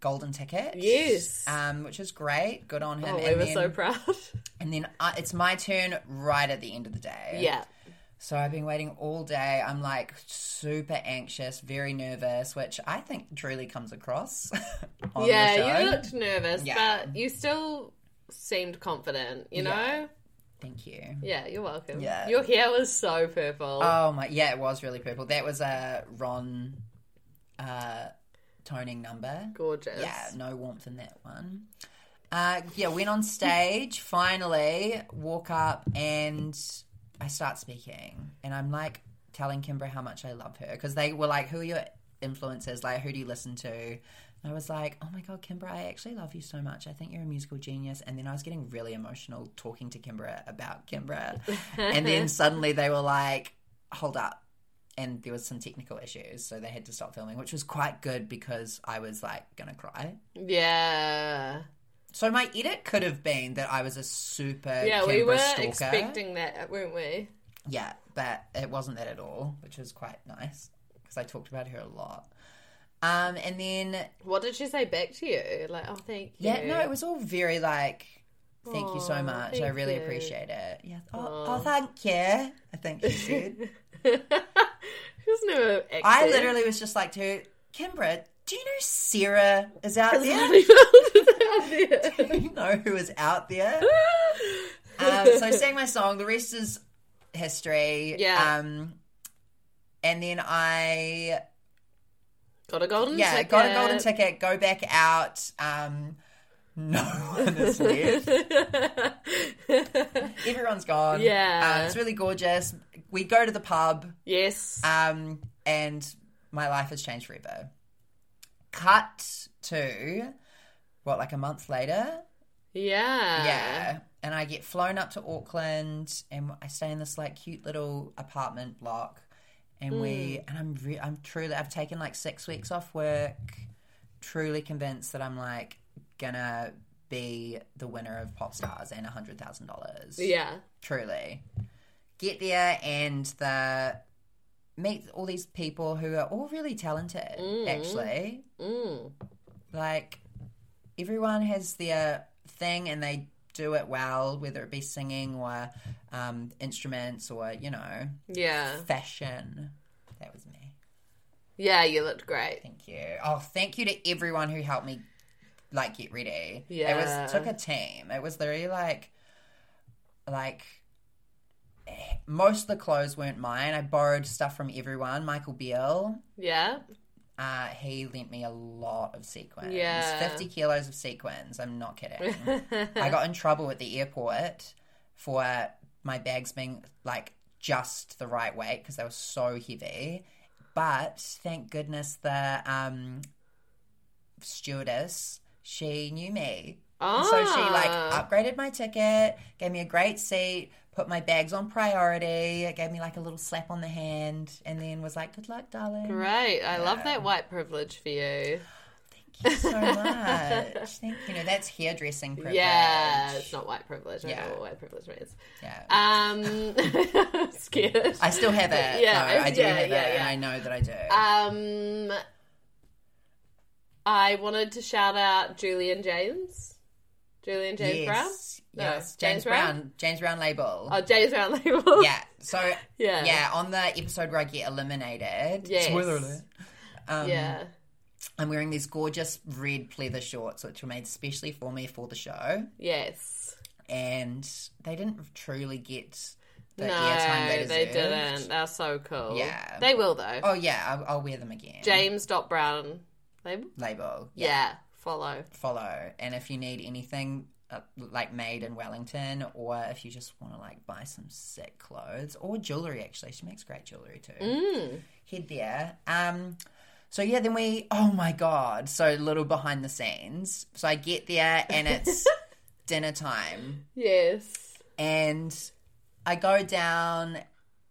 Speaker 3: golden ticket.
Speaker 2: Yes.
Speaker 3: Um, which is great. Good on him.
Speaker 2: Oh, we
Speaker 3: and,
Speaker 2: were
Speaker 3: then,
Speaker 2: so proud.
Speaker 3: and then uh, it's my turn right at the end of the day.
Speaker 2: yeah.
Speaker 3: So I've been waiting all day. I'm like super anxious, very nervous, which I think truly comes across on the show.
Speaker 2: Yeah, you looked nervous,
Speaker 3: Yeah.
Speaker 2: but you still seemed confident, you know?
Speaker 3: Yeah. Thank you.
Speaker 2: Yeah, you're welcome.
Speaker 3: Yeah.
Speaker 2: Your hair was so purple.
Speaker 3: Oh my, yeah, it was really purple. That was a Ron uh, toning number.
Speaker 2: Gorgeous.
Speaker 3: Yeah, no warmth in that one. Uh, yeah, went on stage, finally, walk up, and I start speaking. And I'm like telling Kimber how much I love her because they were like, Who are your influences? Like, who do you listen to? And I was like, Oh my God, Kimber, I actually love you so much. I think you're a musical genius. And then I was getting really emotional talking to Kimber about Kimber. and
Speaker 2: Uh-huh.
Speaker 3: then suddenly they were like, Hold up and there was some technical issues, so they had to stop filming, which was quite good because I was like gonna cry.
Speaker 2: Yeah.
Speaker 3: So my edit could have been that I was a super
Speaker 2: Yeah, we
Speaker 3: Canberra
Speaker 2: were
Speaker 3: Uh, stalker.
Speaker 2: expecting that, weren't we?
Speaker 3: yeah, but it wasn't that at all, which was quite nice because I talked about her a lot. Um, and then
Speaker 2: What did she say back to you? Like, oh, thank you.
Speaker 3: yeah, no, it was all very like, thank you
Speaker 2: Aw,
Speaker 3: so much, I
Speaker 2: thank
Speaker 3: really
Speaker 2: you.
Speaker 3: appreciate it. Yeah, oh, oh, thank you. I think she said.
Speaker 2: She was never active.
Speaker 3: I literally was just like to Kimbra. Do you know Sarah is out there? you know who is out there. Um, so I sang my song. The rest is history.
Speaker 2: Yeah.
Speaker 3: Um, and then I
Speaker 2: Got a golden
Speaker 3: yeah
Speaker 2: ticket.
Speaker 3: got a golden ticket. Go back out. Um, no one is left. Everyone's gone.
Speaker 2: Yeah.
Speaker 3: Uh, it's really gorgeous. We go to the pub.
Speaker 2: yes.
Speaker 3: Um, and my life has changed forever. Cut to what like a month later.
Speaker 2: yeah.
Speaker 3: Yeah. And I get flown up to Auckland and I stay in this like cute little apartment block and we and I'm re- I'm truly I've taken like 6 weeks off work truly convinced that I'm like gonna be the winner of Pop Stars and $100,000.
Speaker 2: Yeah.
Speaker 3: Truly. Get there and the meet all these people who are all really talented actually
Speaker 2: Mm.
Speaker 3: like everyone has their thing and they do it well whether it be singing or um, instruments or you know
Speaker 2: Yeah.
Speaker 3: fashion that was me
Speaker 2: Yeah, you looked great.
Speaker 3: thank you oh thank you to everyone who helped me like get ready it
Speaker 2: Yeah.
Speaker 3: was took a team it was literally like like eh, most of the clothes weren't mine i borrowed stuff from everyone michael beale
Speaker 2: Yeah.
Speaker 3: uh, he lent me a lot of sequins.
Speaker 2: Yeah.
Speaker 3: 50 kilos of sequins. I'm not kidding. I got in trouble at the airport for my bags being like just the right weight because they were so heavy. But thank goodness the um, stewardess, she knew me. And So she like
Speaker 2: Ah.
Speaker 3: upgraded my ticket, gave me a great seat, put my bags on priority, gave me like a little slap on the hand, and then was like, "Good luck, darling."
Speaker 2: Great. I love that white privilege for you.
Speaker 3: Thank you so much. Thank you. No, that's hairdressing privilege.
Speaker 2: Yeah. It's not white privilege. I
Speaker 3: Yeah.
Speaker 2: don't know what white privilege means.
Speaker 3: Yeah.
Speaker 2: Um, I'm scared.
Speaker 3: I still have it.
Speaker 2: Yeah,
Speaker 3: Yeah, I do
Speaker 2: yeah,
Speaker 3: have
Speaker 2: yeah,
Speaker 3: it,
Speaker 2: yeah.
Speaker 3: and I know that I do.
Speaker 2: Um, I wanted to shout out Julian James. Julian James Brown?
Speaker 3: yes,
Speaker 2: No,
Speaker 3: yes,
Speaker 2: James
Speaker 3: James,
Speaker 2: Brown?
Speaker 3: Brown? James Brown label.
Speaker 2: Oh, James Brown label.
Speaker 3: yeah. So
Speaker 2: Yeah.
Speaker 3: yeah. on the episode where I get eliminated.
Speaker 2: Yes.
Speaker 3: Spoiler alert. Um,
Speaker 2: Yeah.
Speaker 3: I'm wearing these gorgeous red pleather shorts, which were made specially for me for the show,
Speaker 2: Yes.
Speaker 3: and they didn't truly get the
Speaker 2: no,
Speaker 3: airtime they
Speaker 2: they,
Speaker 3: deserved.
Speaker 2: didn't. They're so cool.
Speaker 3: Yeah.
Speaker 2: They will, though.
Speaker 3: Oh yeah, I'll, I'll wear them again.
Speaker 2: James dot Brown label.
Speaker 3: label.
Speaker 2: Yeah. Follow.
Speaker 3: follow. And if you need anything uh, like made in Wellington, or if you just want to like buy some sick clothes or jewelry, actually, she makes great jewelry too.
Speaker 2: Mm.
Speaker 3: Hmm. Head there. Um, so yeah, then we. Oh my god! So little behind the scenes. So I get there and it's dinner time.
Speaker 2: Yes.
Speaker 3: And I go down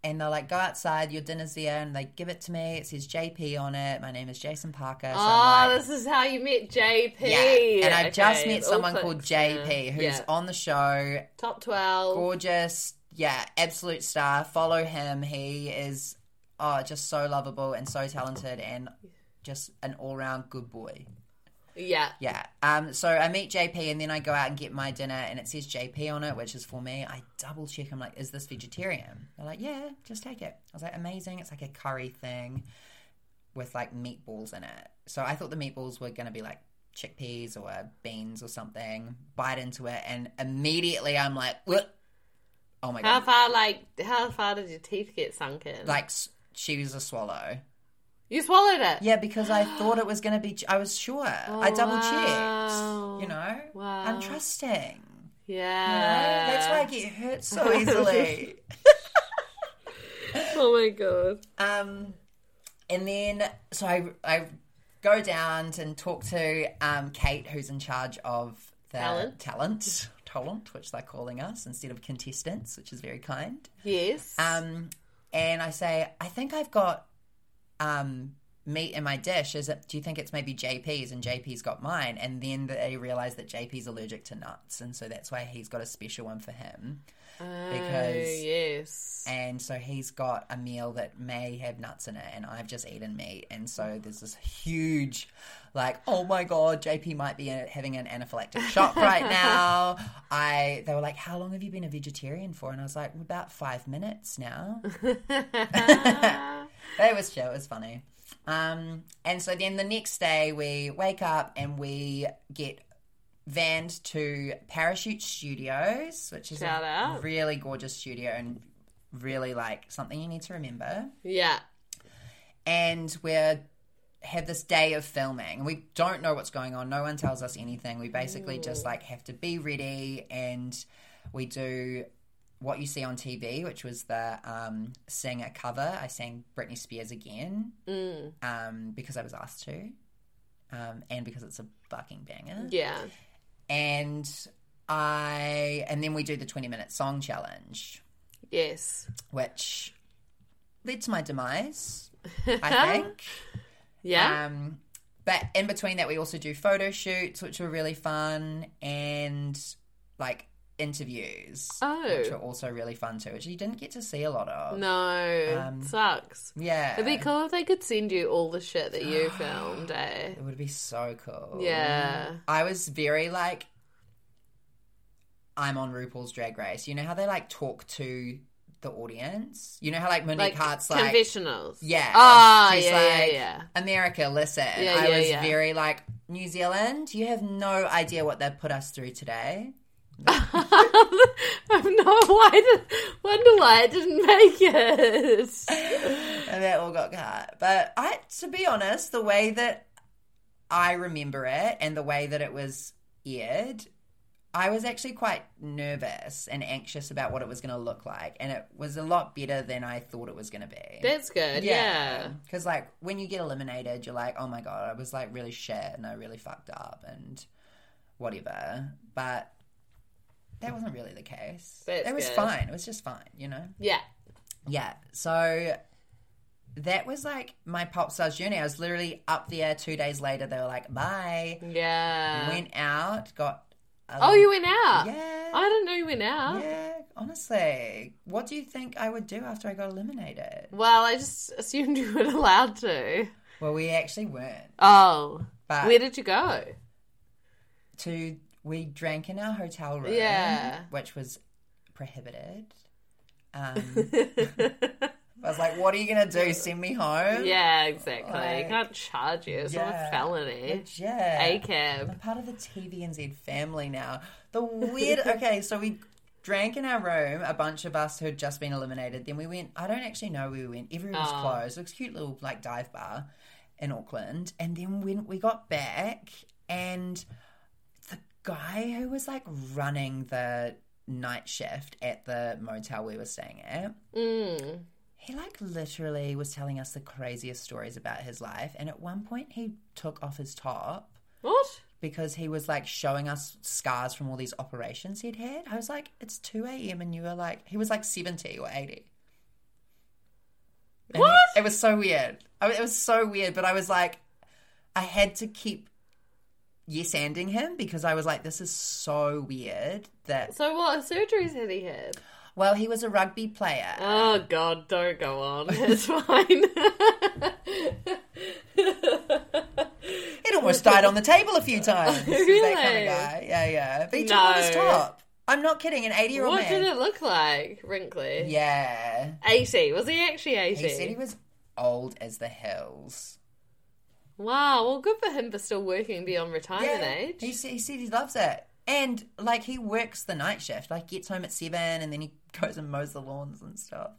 Speaker 3: and they're like, go outside, your dinner's there. And they give it to me. It says JP on it. My name is Jason Parker. So
Speaker 2: Oh,
Speaker 3: I'm like,
Speaker 2: this is how you met JP.
Speaker 3: yeah. And I've just
Speaker 2: Okay,
Speaker 3: met
Speaker 2: it all
Speaker 3: someone called
Speaker 2: clicks
Speaker 3: JP
Speaker 2: now.
Speaker 3: who's
Speaker 2: Yeah. Oh.
Speaker 3: on the show.
Speaker 2: top 12.
Speaker 3: Gorgeous. Yeah, absolute star. Follow him. He is oh, just so lovable and so talented and just an all round good boy.
Speaker 2: Yeah.
Speaker 3: Yeah. Um, so I meet JP and then I go out and get my dinner and it says JP on it, which is for me. I double check. I'm like, is this vegetarian? They're like, yeah, just take it. I was like, amazing. It's like a curry thing with like meatballs in it. So I thought the meatballs were going to be like chickpeas or beans or something. Bite into it and immediately I'm like, "Ugh." oh my
Speaker 2: How
Speaker 3: God.
Speaker 2: far, like, how far did your teeth get sunk in?
Speaker 3: Like s- she was a swallow.
Speaker 2: you swallowed it.
Speaker 3: Yeah, because I thought it was going to be, ch- I was sure. I double
Speaker 2: wow.
Speaker 3: checked. You know?
Speaker 2: Wow.
Speaker 3: I'm trusting. You know,
Speaker 2: Yeah.
Speaker 3: That's why I get hurt so easily.
Speaker 2: Oh my god.
Speaker 3: um, and then, so I, I go down and talk to um, Kate, who's in charge of the
Speaker 2: Talent.
Speaker 3: talent, talent, which they're calling us instead of contestants, which is very kind.
Speaker 2: Yes.
Speaker 3: Um, and I say, I think I've got um, meat in my dish. Is it? Do you think it's maybe JP's and JP's got mine? And then they realize that JP's allergic to nuts, and so that's why he's got a special one for him.
Speaker 2: oh,
Speaker 3: because-
Speaker 2: yes.
Speaker 3: And so he's got a meal that may have nuts in it, and I've just eaten meat. And so there's this huge, like, oh my god, JP might be uh, having an anaphylactic shock right now. I they were like, how long have you been a vegetarian for? And I was like, about five minutes now. It was chill. It was funny. Um, and so then the next day we wake up and we get vanned to Parachute Studios, which is
Speaker 2: Shout
Speaker 3: a
Speaker 2: out.
Speaker 3: really gorgeous studio and really like something you need to remember.
Speaker 2: yeah.
Speaker 3: And we're have this day of filming. We don't know what's going on. No one tells us anything. We basically just like have to be ready and we do what you see on TV, which was the um, sing a cover. I sang Britney Spears again
Speaker 2: Mm.
Speaker 3: um, because I was asked to, um, and because it's a fucking banger.
Speaker 2: Yeah.
Speaker 3: And I, and then we do the twenty minute song challenge,
Speaker 2: Yes.
Speaker 3: which led to my demise, I think.
Speaker 2: Yeah.
Speaker 3: Um, but in between that, we also do photo shoots, which were really fun, and like interviews,
Speaker 2: Oh.
Speaker 3: which were also really fun too, which you didn't get to see a lot of.
Speaker 2: no.
Speaker 3: um,
Speaker 2: Sucks.
Speaker 3: Yeah,
Speaker 2: It'd be cool if they could send you all the shit that you filmed, eh?
Speaker 3: It would be so cool.
Speaker 2: Yeah.
Speaker 3: I was very like, I'm on RuPaul's Drag Race. You know how they like talk to the audience? You know how like Monique
Speaker 2: Like
Speaker 3: Hart's like,
Speaker 2: confessionals.
Speaker 3: yeah.
Speaker 2: Ah,
Speaker 3: she's
Speaker 2: yeah, yeah,
Speaker 3: like,
Speaker 2: yeah.
Speaker 3: America, listen.
Speaker 2: Yeah,
Speaker 3: I
Speaker 2: yeah,
Speaker 3: was
Speaker 2: yeah.
Speaker 3: very like, New Zealand, you have no idea what they've put us through today.
Speaker 2: I've no why did, wonder why it didn't make it.
Speaker 3: And that all got cut. But I, to be honest, the way that I remember it and the way that it was aired, I was actually quite nervous and anxious about what it was going to look like. And it was a lot better than I thought it was going to be.
Speaker 2: That's good. Yeah.
Speaker 3: Because, like, when you get eliminated, you're like, oh my God, I was like really shit and I really fucked up and whatever. But that wasn't really the case.
Speaker 2: That's
Speaker 3: it was
Speaker 2: good.
Speaker 3: fine. It was just fine, you know?
Speaker 2: Yeah.
Speaker 3: Yeah. So that was like my pop stars journey. I was literally up there two days later. They were like, bye.
Speaker 2: Yeah.
Speaker 3: Went out, got. A
Speaker 2: oh, you Oh, went out.
Speaker 3: Yeah.
Speaker 2: I didn't know you went out.
Speaker 3: yeah. Honestly, what do you think I would do after I got eliminated?
Speaker 2: Well, I just assumed you were allowed to.
Speaker 3: Well, we actually weren't.
Speaker 2: Oh.
Speaker 3: But
Speaker 2: Where did you go?
Speaker 3: to we drank in our hotel room,
Speaker 2: Yeah.
Speaker 3: which was prohibited. Um, I was like, "What are you gonna do? Send me home?"
Speaker 2: yeah, exactly.
Speaker 3: Like-
Speaker 2: you can't charge you. It's not
Speaker 3: Yeah.
Speaker 2: a felony.
Speaker 3: yeah.
Speaker 2: A cab.
Speaker 3: I'm part of the TVNZ family now. The weird. okay, so we drank in our room, a bunch of us who had just been eliminated. Then we went. I don't actually know where we went. Everyone was
Speaker 2: Oh.
Speaker 3: closed. It was a cute little like dive bar in Auckland. And then when we got back, and the guy who was like running the night shift at the motel we were staying at.
Speaker 2: Mm.
Speaker 3: He like literally was telling us the craziest stories about his life and at one point he took off his top
Speaker 2: What?
Speaker 3: because he was like showing us scars from all these operations he'd had. I was like, it's 2 a.m. and you were like, he was like 70 or 80. And
Speaker 2: What?
Speaker 3: It was so weird. I mean, it was so weird, but I was like, I had to keep yes anding him because I was like, this is so weird that.
Speaker 2: So what surgeries had he had?
Speaker 3: Well, he was a rugby player.
Speaker 2: Oh God, don't go on. It's fine.
Speaker 3: He'd almost died on the table a few times. He's That kind
Speaker 2: Really?
Speaker 3: of guy. Yeah, yeah. But he took off his
Speaker 2: No.
Speaker 3: top. I'm not kidding. An 80 year old
Speaker 2: what did
Speaker 3: man.
Speaker 2: it look like, wrinkly?
Speaker 3: Yeah.
Speaker 2: Eighty. Was he actually eighty?
Speaker 3: He said he was old as the hills.
Speaker 2: Wow. Well, good for him for still working beyond retirement age.
Speaker 3: He, s- he said he loves it. And, like, he works the night shift. Like, gets home at seven and then he goes and mows the lawns and stuff.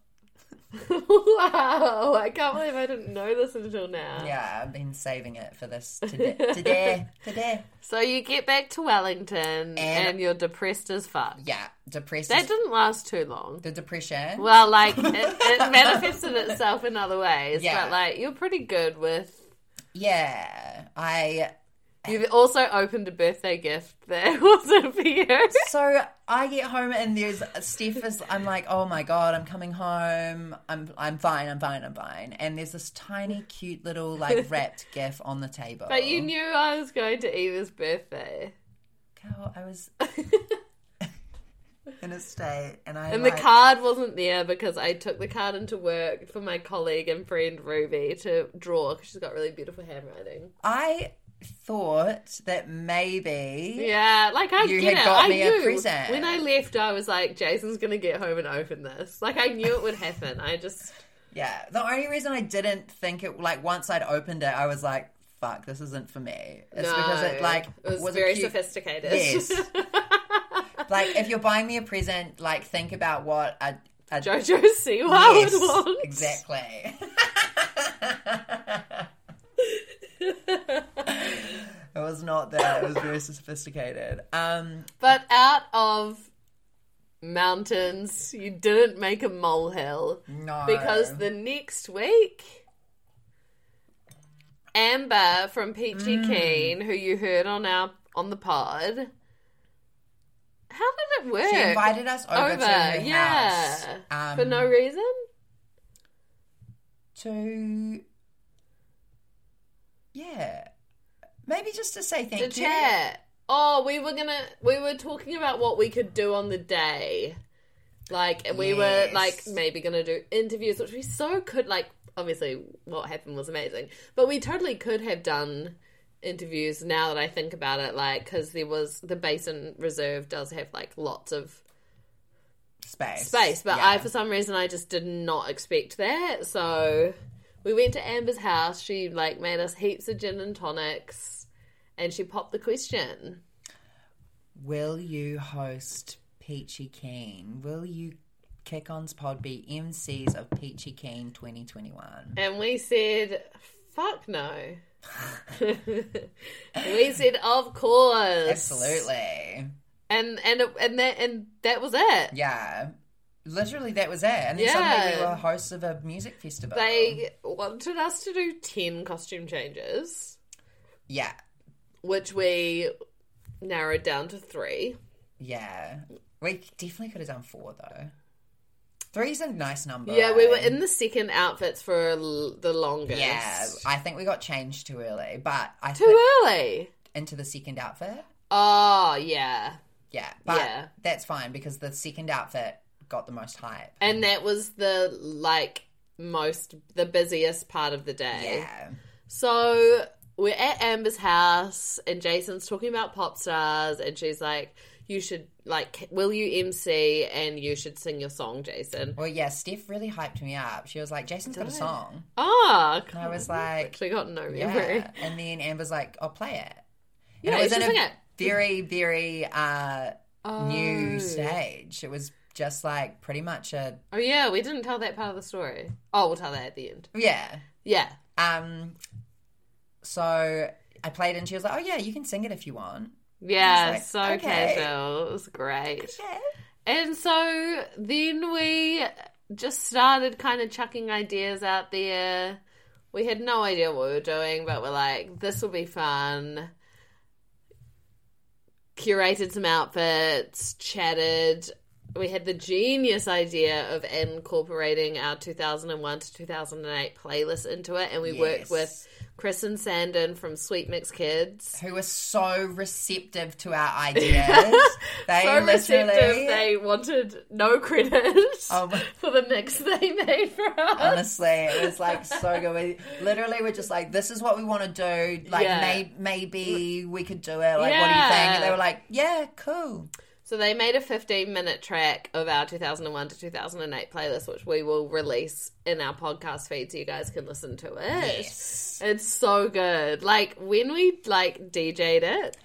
Speaker 2: wow. I can't believe I didn't know this until now.
Speaker 3: Yeah, I've been saving it for this today. Today. today.
Speaker 2: So you get back to Wellington and, you're depressed as fuck.
Speaker 3: Yeah, depressed.
Speaker 2: That
Speaker 3: as-
Speaker 2: didn't last too long.
Speaker 3: the depression.
Speaker 2: Well, like it, it manifests in itself in other ways,
Speaker 3: Yeah.
Speaker 2: but like you're pretty good with.
Speaker 3: yeah. I
Speaker 2: You've also opened a birthday gift that wasn't for you.
Speaker 3: So I get home and there's Steph is I'm like, oh my god, I'm coming home. I'm I'm fine, I'm fine, I'm fine. And there's this tiny, cute little like wrapped gif on the table.
Speaker 2: But you knew I was going to Eva's birthday
Speaker 3: Girl, I was in a state and I
Speaker 2: and
Speaker 3: like-
Speaker 2: the card wasn't there because I took the card into work for my colleague and friend Ruby to draw because she's got really beautiful handwriting.
Speaker 3: I thought that maybe
Speaker 2: Yeah, like I
Speaker 3: You
Speaker 2: get
Speaker 3: had
Speaker 2: it.
Speaker 3: got
Speaker 2: I
Speaker 3: me a
Speaker 2: knew
Speaker 3: present.
Speaker 2: when I left, I was like, Jason's gonna get home and open this. Like I knew it would happen. I just
Speaker 3: Yeah. The only reason I didn't think it like once I'd opened it, I was like, fuck, this isn't for me. It's
Speaker 2: no.
Speaker 3: because it like
Speaker 2: it was,
Speaker 3: a
Speaker 2: very
Speaker 3: cute-
Speaker 2: sophisticated.
Speaker 3: Yes. like if you're buying me a present, like think about what a, a
Speaker 2: Jojo Siwa
Speaker 3: yes,
Speaker 2: would want.
Speaker 3: exactly. it was not that. It was very sophisticated. Um,
Speaker 2: But out of mountains, you didn't make a molehill
Speaker 3: no,
Speaker 2: because the next week. Amber from Peachy
Speaker 3: Mm.
Speaker 2: Keen, who you heard on our on the pod, how did it work?
Speaker 3: she invited us over,
Speaker 2: over,
Speaker 3: to her house
Speaker 2: yeah,
Speaker 3: um,
Speaker 2: for no reason.
Speaker 3: to yeah, maybe just to say
Speaker 2: To
Speaker 3: thank you.
Speaker 2: chat. Oh, we were gonna. We were talking about what we could do on the day, like, and we
Speaker 3: Yes.
Speaker 2: were like maybe gonna do interviews, which we so could. Like, obviously, what happened was amazing, but we totally could have done interviews. Now that I think about it, like, because there was the Basin Reserve does have like lots of
Speaker 3: Space,
Speaker 2: space, but
Speaker 3: Yeah.
Speaker 2: I for some reason I just did not expect that. So we went to Amber's house. She like made us heaps of gin and tonics, and she popped the question.
Speaker 3: Will you host Peachy Keen? Will you kick on's pod be MCs of Peachy Keen 2021?
Speaker 2: And we said, fuck no. we said, of course.
Speaker 3: Absolutely.
Speaker 2: And and it, and that and that was it.
Speaker 3: Yeah. Literally, that was it. And then suddenly we
Speaker 2: Yeah.
Speaker 3: were hosts of a music festival.
Speaker 2: They wanted us to do ten costume changes,
Speaker 3: Yeah.
Speaker 2: which we narrowed down to three.
Speaker 3: Yeah. We definitely could have done four, though. Three's a nice number.
Speaker 2: Yeah, we were
Speaker 3: eh?
Speaker 2: in the second outfits for l- the longest.
Speaker 3: Yeah. I think we got changed too early, but I think
Speaker 2: Too early.
Speaker 3: into the second outfit.
Speaker 2: Oh, yeah.
Speaker 3: Yeah. But
Speaker 2: Yeah.
Speaker 3: that's fine because the second outfit got the most hype.
Speaker 2: And that was the, like, most, the busiest part of the day.
Speaker 3: Yeah.
Speaker 2: So we're at Amber's house, and Jason's talking about pop stars, and she's like, you should, like, will you MC and you should sing your song, Jason?
Speaker 3: Well, yeah, Steph really hyped me up. She was like, Jason's got a song.
Speaker 2: Oh,
Speaker 3: I was like,
Speaker 2: actually got no memory.
Speaker 3: yeah. And then Amber's like, I'll play it.
Speaker 2: Yeah,
Speaker 3: and it was
Speaker 2: you
Speaker 3: in
Speaker 2: should
Speaker 3: a
Speaker 2: sing it.
Speaker 3: very, very uh, new
Speaker 2: Oh.
Speaker 3: stage. It was just like pretty much a,
Speaker 2: Oh, yeah, we didn't tell that part of the story. Oh, we'll tell that at the end.
Speaker 3: yeah.
Speaker 2: Yeah.
Speaker 3: Um, so I played and she was like, oh, yeah, you can sing it if you want.
Speaker 2: Yeah,
Speaker 3: like,
Speaker 2: so
Speaker 3: okay.
Speaker 2: casual. It was great. And so then we just started kind of chucking ideas out there. We had no idea what we were doing, but we're like, this will be fun. curated some outfits, chatted. We had the genius idea of incorporating our 2001 to 2008 playlist into it, and we
Speaker 3: Yes.
Speaker 2: worked with Chris and Sandon from Sweet Mix Kids.
Speaker 3: who were so receptive to our ideas. They
Speaker 2: so
Speaker 3: literally.
Speaker 2: receptive. They wanted no credit
Speaker 3: Oh my- Oh,
Speaker 2: for the mix they made for us.
Speaker 3: Honestly, it was like so good. We literally were just like, "This is what we want to do. Like,
Speaker 2: Yeah.
Speaker 3: may- maybe we could do it. Like, what do you think?" And they
Speaker 2: Yeah.
Speaker 3: were like, "Yeah, cool."
Speaker 2: So they made a 15 minute track of our 2001 to 2008 playlist, which we will release in our podcast feed so you guys can listen to it.
Speaker 3: Yes.
Speaker 2: It's so good. Like when we like DJ'd it,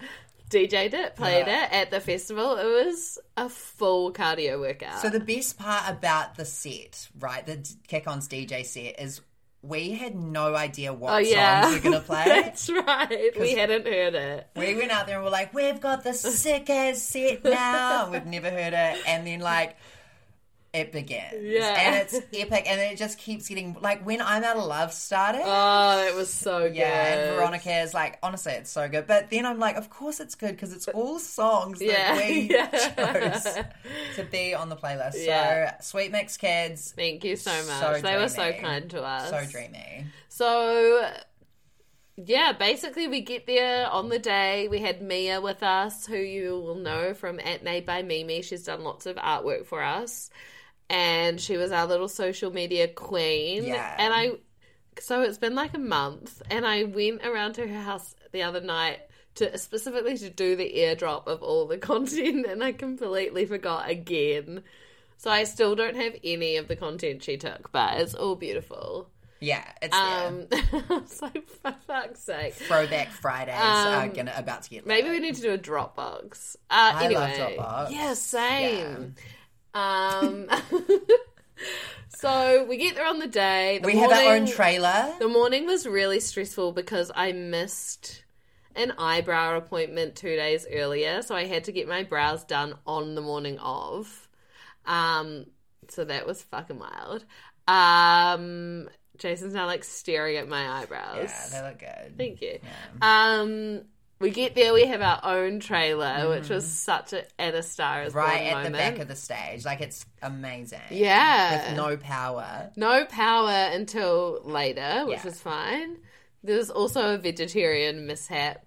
Speaker 2: DJ'd it, played
Speaker 3: Uh-huh.
Speaker 2: it at the festival, it was a full cardio workout.
Speaker 3: So the best part about the set, right, the D- Kick-On's DJ set, is we had no idea what
Speaker 2: oh yeah.
Speaker 3: songs we're gonna play.
Speaker 2: That's right. We hadn't heard it.
Speaker 3: we went out there and we're like, "We've got the sick ass set now." And We've never heard it, and then like. It begins,
Speaker 2: Yeah.
Speaker 3: and it's epic, and it just keeps getting like when I'm out of love started.
Speaker 2: Oh, it was so good.
Speaker 3: Yeah, and Veronica is like, honestly, it's so good. But then I'm like, of course it's good because it's all songs that
Speaker 2: Yeah,
Speaker 3: we
Speaker 2: yeah.
Speaker 3: chose to be on the playlist.
Speaker 2: Yeah.
Speaker 3: So Sweet Mix Kids,
Speaker 2: Thank you so much.
Speaker 3: So
Speaker 2: they were so
Speaker 3: dreamy.
Speaker 2: kind to us.
Speaker 3: so dreamy.
Speaker 2: So, yeah, basically, we get there on the day. We had Mia with us, who you will know from At Made by Mimi. She's done lots of artwork for us, and she was our little social media queen.
Speaker 3: Yeah.
Speaker 2: And I, so it's been like a month, and I went around to her house the other night. To, specifically to do the airdrop of all the content, and I completely forgot again. So I still don't have any of the content she took, but it's all beautiful.
Speaker 3: Yeah, it's there.
Speaker 2: Um, I was like, for fuck's sake.
Speaker 3: Throwback Fridays are gonna about to get lit.
Speaker 2: um, Maybe we need to do a Dropbox. Uh,
Speaker 3: I
Speaker 2: anyway.
Speaker 3: love Dropbox.
Speaker 2: Yeah, same. Um, so we get there on the day. The
Speaker 3: we
Speaker 2: morning,
Speaker 3: have our own trailer.
Speaker 2: The morning was really stressful because I missed an eyebrow appointment two days earlier, so I had to get my brows done on the morning of. Um, so that was fucking wild. Um, Jason's now like staring at my eyebrows.
Speaker 3: Yeah, they look good.
Speaker 2: Thank you. Um, we get there. We have our own trailer, which was such a at a star is
Speaker 3: Mm. Right
Speaker 2: Born
Speaker 3: at the
Speaker 2: moment.
Speaker 3: back of the stage, like it's amazing.
Speaker 2: yeah,
Speaker 3: with
Speaker 2: no-,
Speaker 3: no power.
Speaker 2: power until later, which
Speaker 3: Yeah.
Speaker 2: was fine. There's also a vegetarian mishap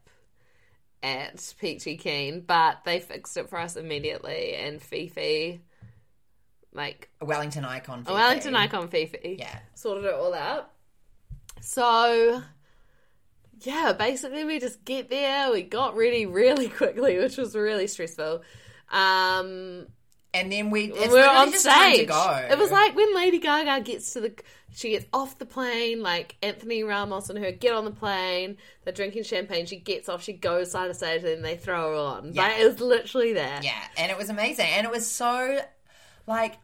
Speaker 2: at Peachy Keen, but they fixed it for us immediately. And Fifi, like oh,
Speaker 3: A Wellington icon.
Speaker 2: a Wellington icon, Fifi,
Speaker 3: Yeah.
Speaker 2: sorted it all out. So, yeah, basically we just get there. We got ready really quickly, which was really stressful. Um,
Speaker 3: And then we it's
Speaker 2: we were
Speaker 3: literally
Speaker 2: on
Speaker 3: just time to
Speaker 2: stage.
Speaker 3: go.
Speaker 2: It was like when Lady Gaga gets to the, she gets off the plane. Like Anthony Ramos and her get on the plane. They're drinking champagne. She gets off. She goes side to stage, and then they throw her on.
Speaker 3: Yeah.
Speaker 2: Like it was literally there.
Speaker 3: Yeah, and it was amazing. And it was so like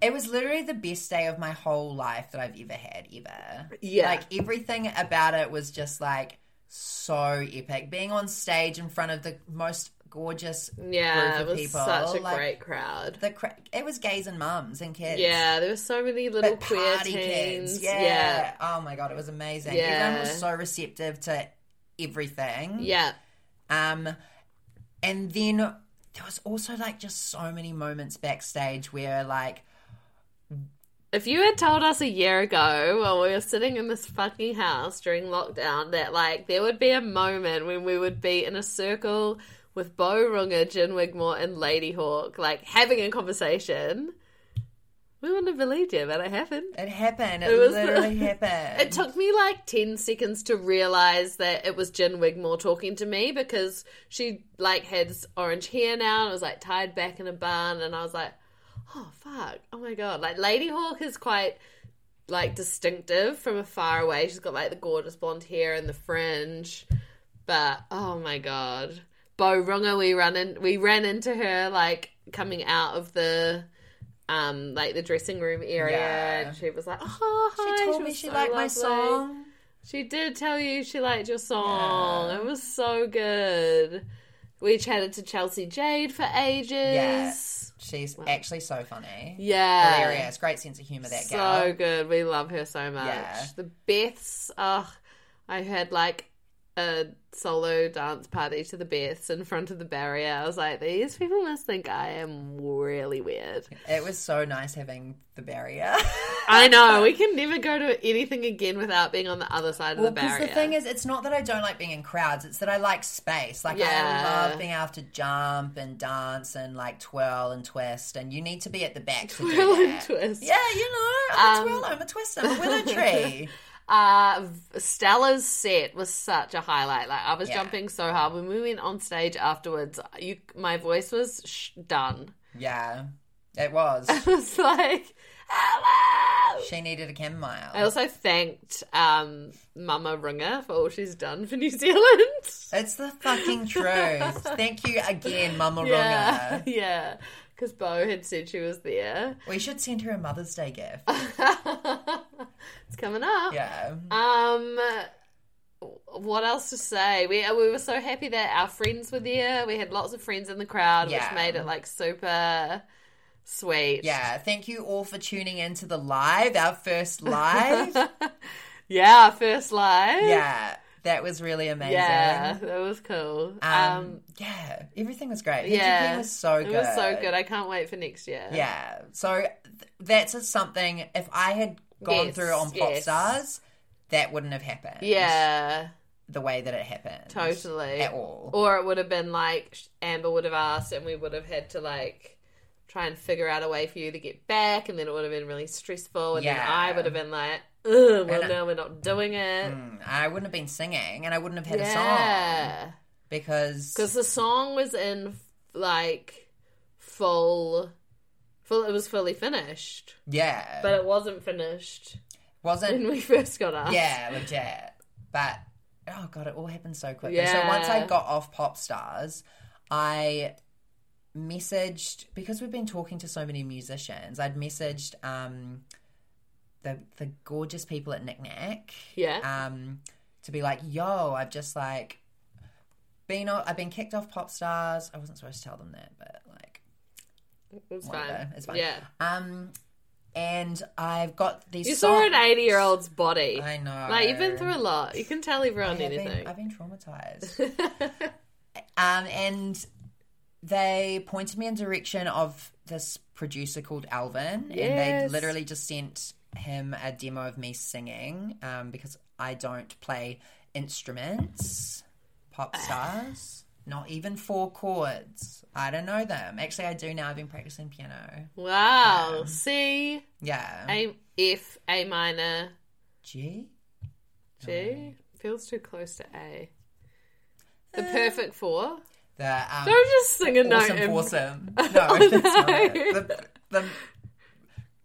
Speaker 3: it was literally the best day of my whole life that I've ever had ever.
Speaker 2: Yeah.
Speaker 3: Like everything about it was just like so epic. Being on stage in front of the most gorgeous
Speaker 2: Yeah,
Speaker 3: group
Speaker 2: it
Speaker 3: of
Speaker 2: was
Speaker 3: people.
Speaker 2: such a
Speaker 3: like,
Speaker 2: great crowd.
Speaker 3: the cra- it was gays and mums and kids.
Speaker 2: Yeah, there were so many little
Speaker 3: But
Speaker 2: queer
Speaker 3: party
Speaker 2: teens.
Speaker 3: kids. Yeah.
Speaker 2: yeah,
Speaker 3: Oh my god, it was amazing.
Speaker 2: Yeah.
Speaker 3: Everyone was so receptive to everything.
Speaker 2: Yeah.
Speaker 3: Um, and then there was also like just so many moments backstage where like
Speaker 2: If you had told us a year ago while we were sitting in this fucking house during lockdown that like there would be a moment when we would be in a circle with Bo Runga, Jen Wigmore and Lady Hawk, like having a conversation, we wouldn't have believed you, but it happened.
Speaker 3: it happened. It,
Speaker 2: It was-
Speaker 3: literally
Speaker 2: It
Speaker 3: happened.
Speaker 2: took me like 10 seconds to realize that it was Jen Wigmore talking to me because she like had s- orange hair now and it was like tied back in a bun and I was like, "Oh fuck. Oh my god. Like Lady Hawk is quite like distinctive from afar away. She's got like the gorgeous blonde hair and the fringe. But oh my god. Bo Runga we run in we ran into her like coming out of the um like the dressing room area
Speaker 3: Yeah.
Speaker 2: and she was like, Oh hi.
Speaker 3: she told me
Speaker 2: was
Speaker 3: she
Speaker 2: so
Speaker 3: liked my
Speaker 2: lovely.
Speaker 3: song.
Speaker 2: She did tell you she liked your song. It was so good. We chatted to Chelsea Jade for ages.
Speaker 3: She's actually so funny.
Speaker 2: Yeah.
Speaker 3: Hilarious. Great sense of humor, that
Speaker 2: So
Speaker 3: gal.
Speaker 2: good. We love her so much.
Speaker 3: Yeah.
Speaker 2: The Beths, oh, I had like a solo dance party to the Beths in front of the barrier. I was like, these people must think I am really weird.
Speaker 3: It was so nice having the barrier.
Speaker 2: I know we can never go to anything again without being on the other side of the
Speaker 3: Because
Speaker 2: barrier.
Speaker 3: the thing is, it's not that I don't like being in crowds, it's that I like space. Like,
Speaker 2: Yeah.
Speaker 3: I love being able to jump and dance and like twirl and twist, and you need to be at the back to do
Speaker 2: Twirl and
Speaker 3: that.
Speaker 2: twist.
Speaker 3: Yeah, you know, I'm
Speaker 2: Um,
Speaker 3: a twirler, I'm a twister, I'm a willow tree.
Speaker 2: Uh, v- Stella's set was such a highlight. Like I was
Speaker 3: Yeah.
Speaker 2: jumping so hard when we went on stage afterwards. You, my voice was sh- done.
Speaker 3: yeah, it was.
Speaker 2: It was like, hello.
Speaker 3: She needed a chamomile.
Speaker 2: I also thanked um, Mama Ringer for all she's done for New Zealand.
Speaker 3: It's the fucking truth. Thank you again, Mama
Speaker 2: Yeah,
Speaker 3: Runga.
Speaker 2: yeah. Because Bo had said she was there.
Speaker 3: We should send her a Mother's Day gift.
Speaker 2: it's coming up.
Speaker 3: Yeah.
Speaker 2: Um, what else to say? We we were so happy that our friends were there. We had lots of friends in the crowd,
Speaker 3: Yeah.
Speaker 2: which made it like super sweet.
Speaker 3: Yeah. Thank you all for tuning in to the live, our first live.
Speaker 2: yeah. First live.
Speaker 3: yeah. That was really amazing.
Speaker 2: yeah, that was cool.
Speaker 3: Um,
Speaker 2: Um,
Speaker 3: yeah. Everything was great. Yeah.
Speaker 2: yeah,
Speaker 3: Hedgehog was so good.
Speaker 2: It was so good. I can't wait for next year.
Speaker 3: Yeah. So th- that's just something, if I had gone
Speaker 2: Yes,
Speaker 3: through on Pop
Speaker 2: yes.
Speaker 3: Stars, that wouldn't have happened.
Speaker 2: yeah,
Speaker 3: The way that it happened.
Speaker 2: totally.
Speaker 3: At all.
Speaker 2: Or it would have been like sh- Amber would have asked, and we would have had to like try and figure out a way for you to get back, and then it would have been really stressful, and then
Speaker 3: Yeah.
Speaker 2: I would have been like, "Ugh, well,
Speaker 3: And I-
Speaker 2: no, we're not doing it."
Speaker 3: Mm, I wouldn't have been singing and I wouldn't have had a song
Speaker 2: yeah,
Speaker 3: because
Speaker 2: because the song was in like full, full. It was fully finished,
Speaker 3: Yeah.
Speaker 2: but it wasn't finished when
Speaker 3: wasn't
Speaker 2: we first got asked.
Speaker 3: Yeah, legit. But oh god, it all happened so quickly.
Speaker 2: Yeah.
Speaker 3: So once I got off Pop Stars, I messaged because we've been talking to so many musicians, I'd messaged um the the gorgeous people at Knick Knack
Speaker 2: yeah,
Speaker 3: um, to be like, yo, I've just like been o- I've been kicked off Pop Stars. I wasn't supposed to tell them that, but like
Speaker 2: it was
Speaker 3: whatever,
Speaker 2: fine.
Speaker 3: it's fine.
Speaker 2: Yeah,
Speaker 3: um and I've got these
Speaker 2: you saw an
Speaker 3: songs-
Speaker 2: eighty-year-old's body.
Speaker 3: I know.
Speaker 2: Like you've been through a lot. You can tell everyone
Speaker 3: I've
Speaker 2: anything.
Speaker 3: been, I've been traumatized. um, and they pointed me in direction of this producer called Alvin, and
Speaker 2: Yes.
Speaker 3: they literally just sent him a demo of me singing um, because I don't play instruments, pop stars, not even four chords. I don't know them. Actually, I do now. I've been practicing piano.
Speaker 2: Wow.
Speaker 3: Um,
Speaker 2: C,
Speaker 3: Yeah.
Speaker 2: A, F, A minor,
Speaker 3: G. Oh,
Speaker 2: G. Feels too close to A. The perfect four.
Speaker 3: The um,
Speaker 2: Don't just sing a note.
Speaker 3: Eh. awesome
Speaker 2: and-
Speaker 3: foursome. No, that's not it. The, the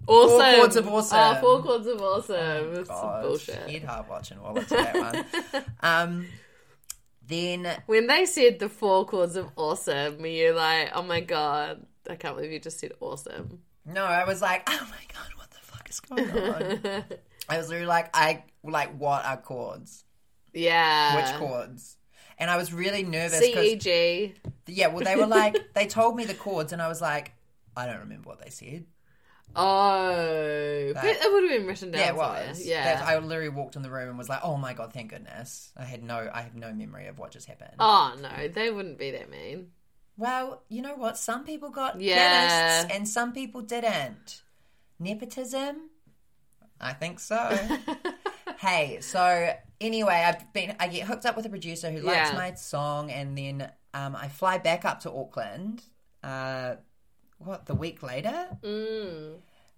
Speaker 2: Awesome.
Speaker 3: Four chords of awesome. Oh,
Speaker 2: Oh, four chords of awesome. it's some
Speaker 3: God,
Speaker 2: bullshit.
Speaker 3: Head hard watching while watching that one. Um, then
Speaker 2: When they said the four chords of awesome, were you like, oh my god, I can't believe you just said awesome.
Speaker 3: no, I was like, oh my god, what the fuck is going on? I was really like, I like what are chords? Which
Speaker 2: Yeah.
Speaker 3: chords? And I was really nervous
Speaker 2: C, E,
Speaker 3: because
Speaker 2: G.
Speaker 3: yeah, well they were like they told me the chords and I was like, I don't remember what they said.
Speaker 2: Oh. But it would have been written down.
Speaker 3: Yeah, it
Speaker 2: somewhere.
Speaker 3: was.
Speaker 2: Yeah.
Speaker 3: That's- I literally walked in the room and was like, oh my god, thank goodness. I had no, I have no memory of what just happened.
Speaker 2: Oh no, they wouldn't be that mean.
Speaker 3: Well, you know what? Some people got
Speaker 2: Yeah.
Speaker 3: yeah. and some people didn't. Nepotism? I think so. hey, so anyway, I've been I get hooked up with a producer who likes
Speaker 2: Yeah.
Speaker 3: my song and then um, I fly back up to Auckland uh, what, the week later?
Speaker 2: Mm.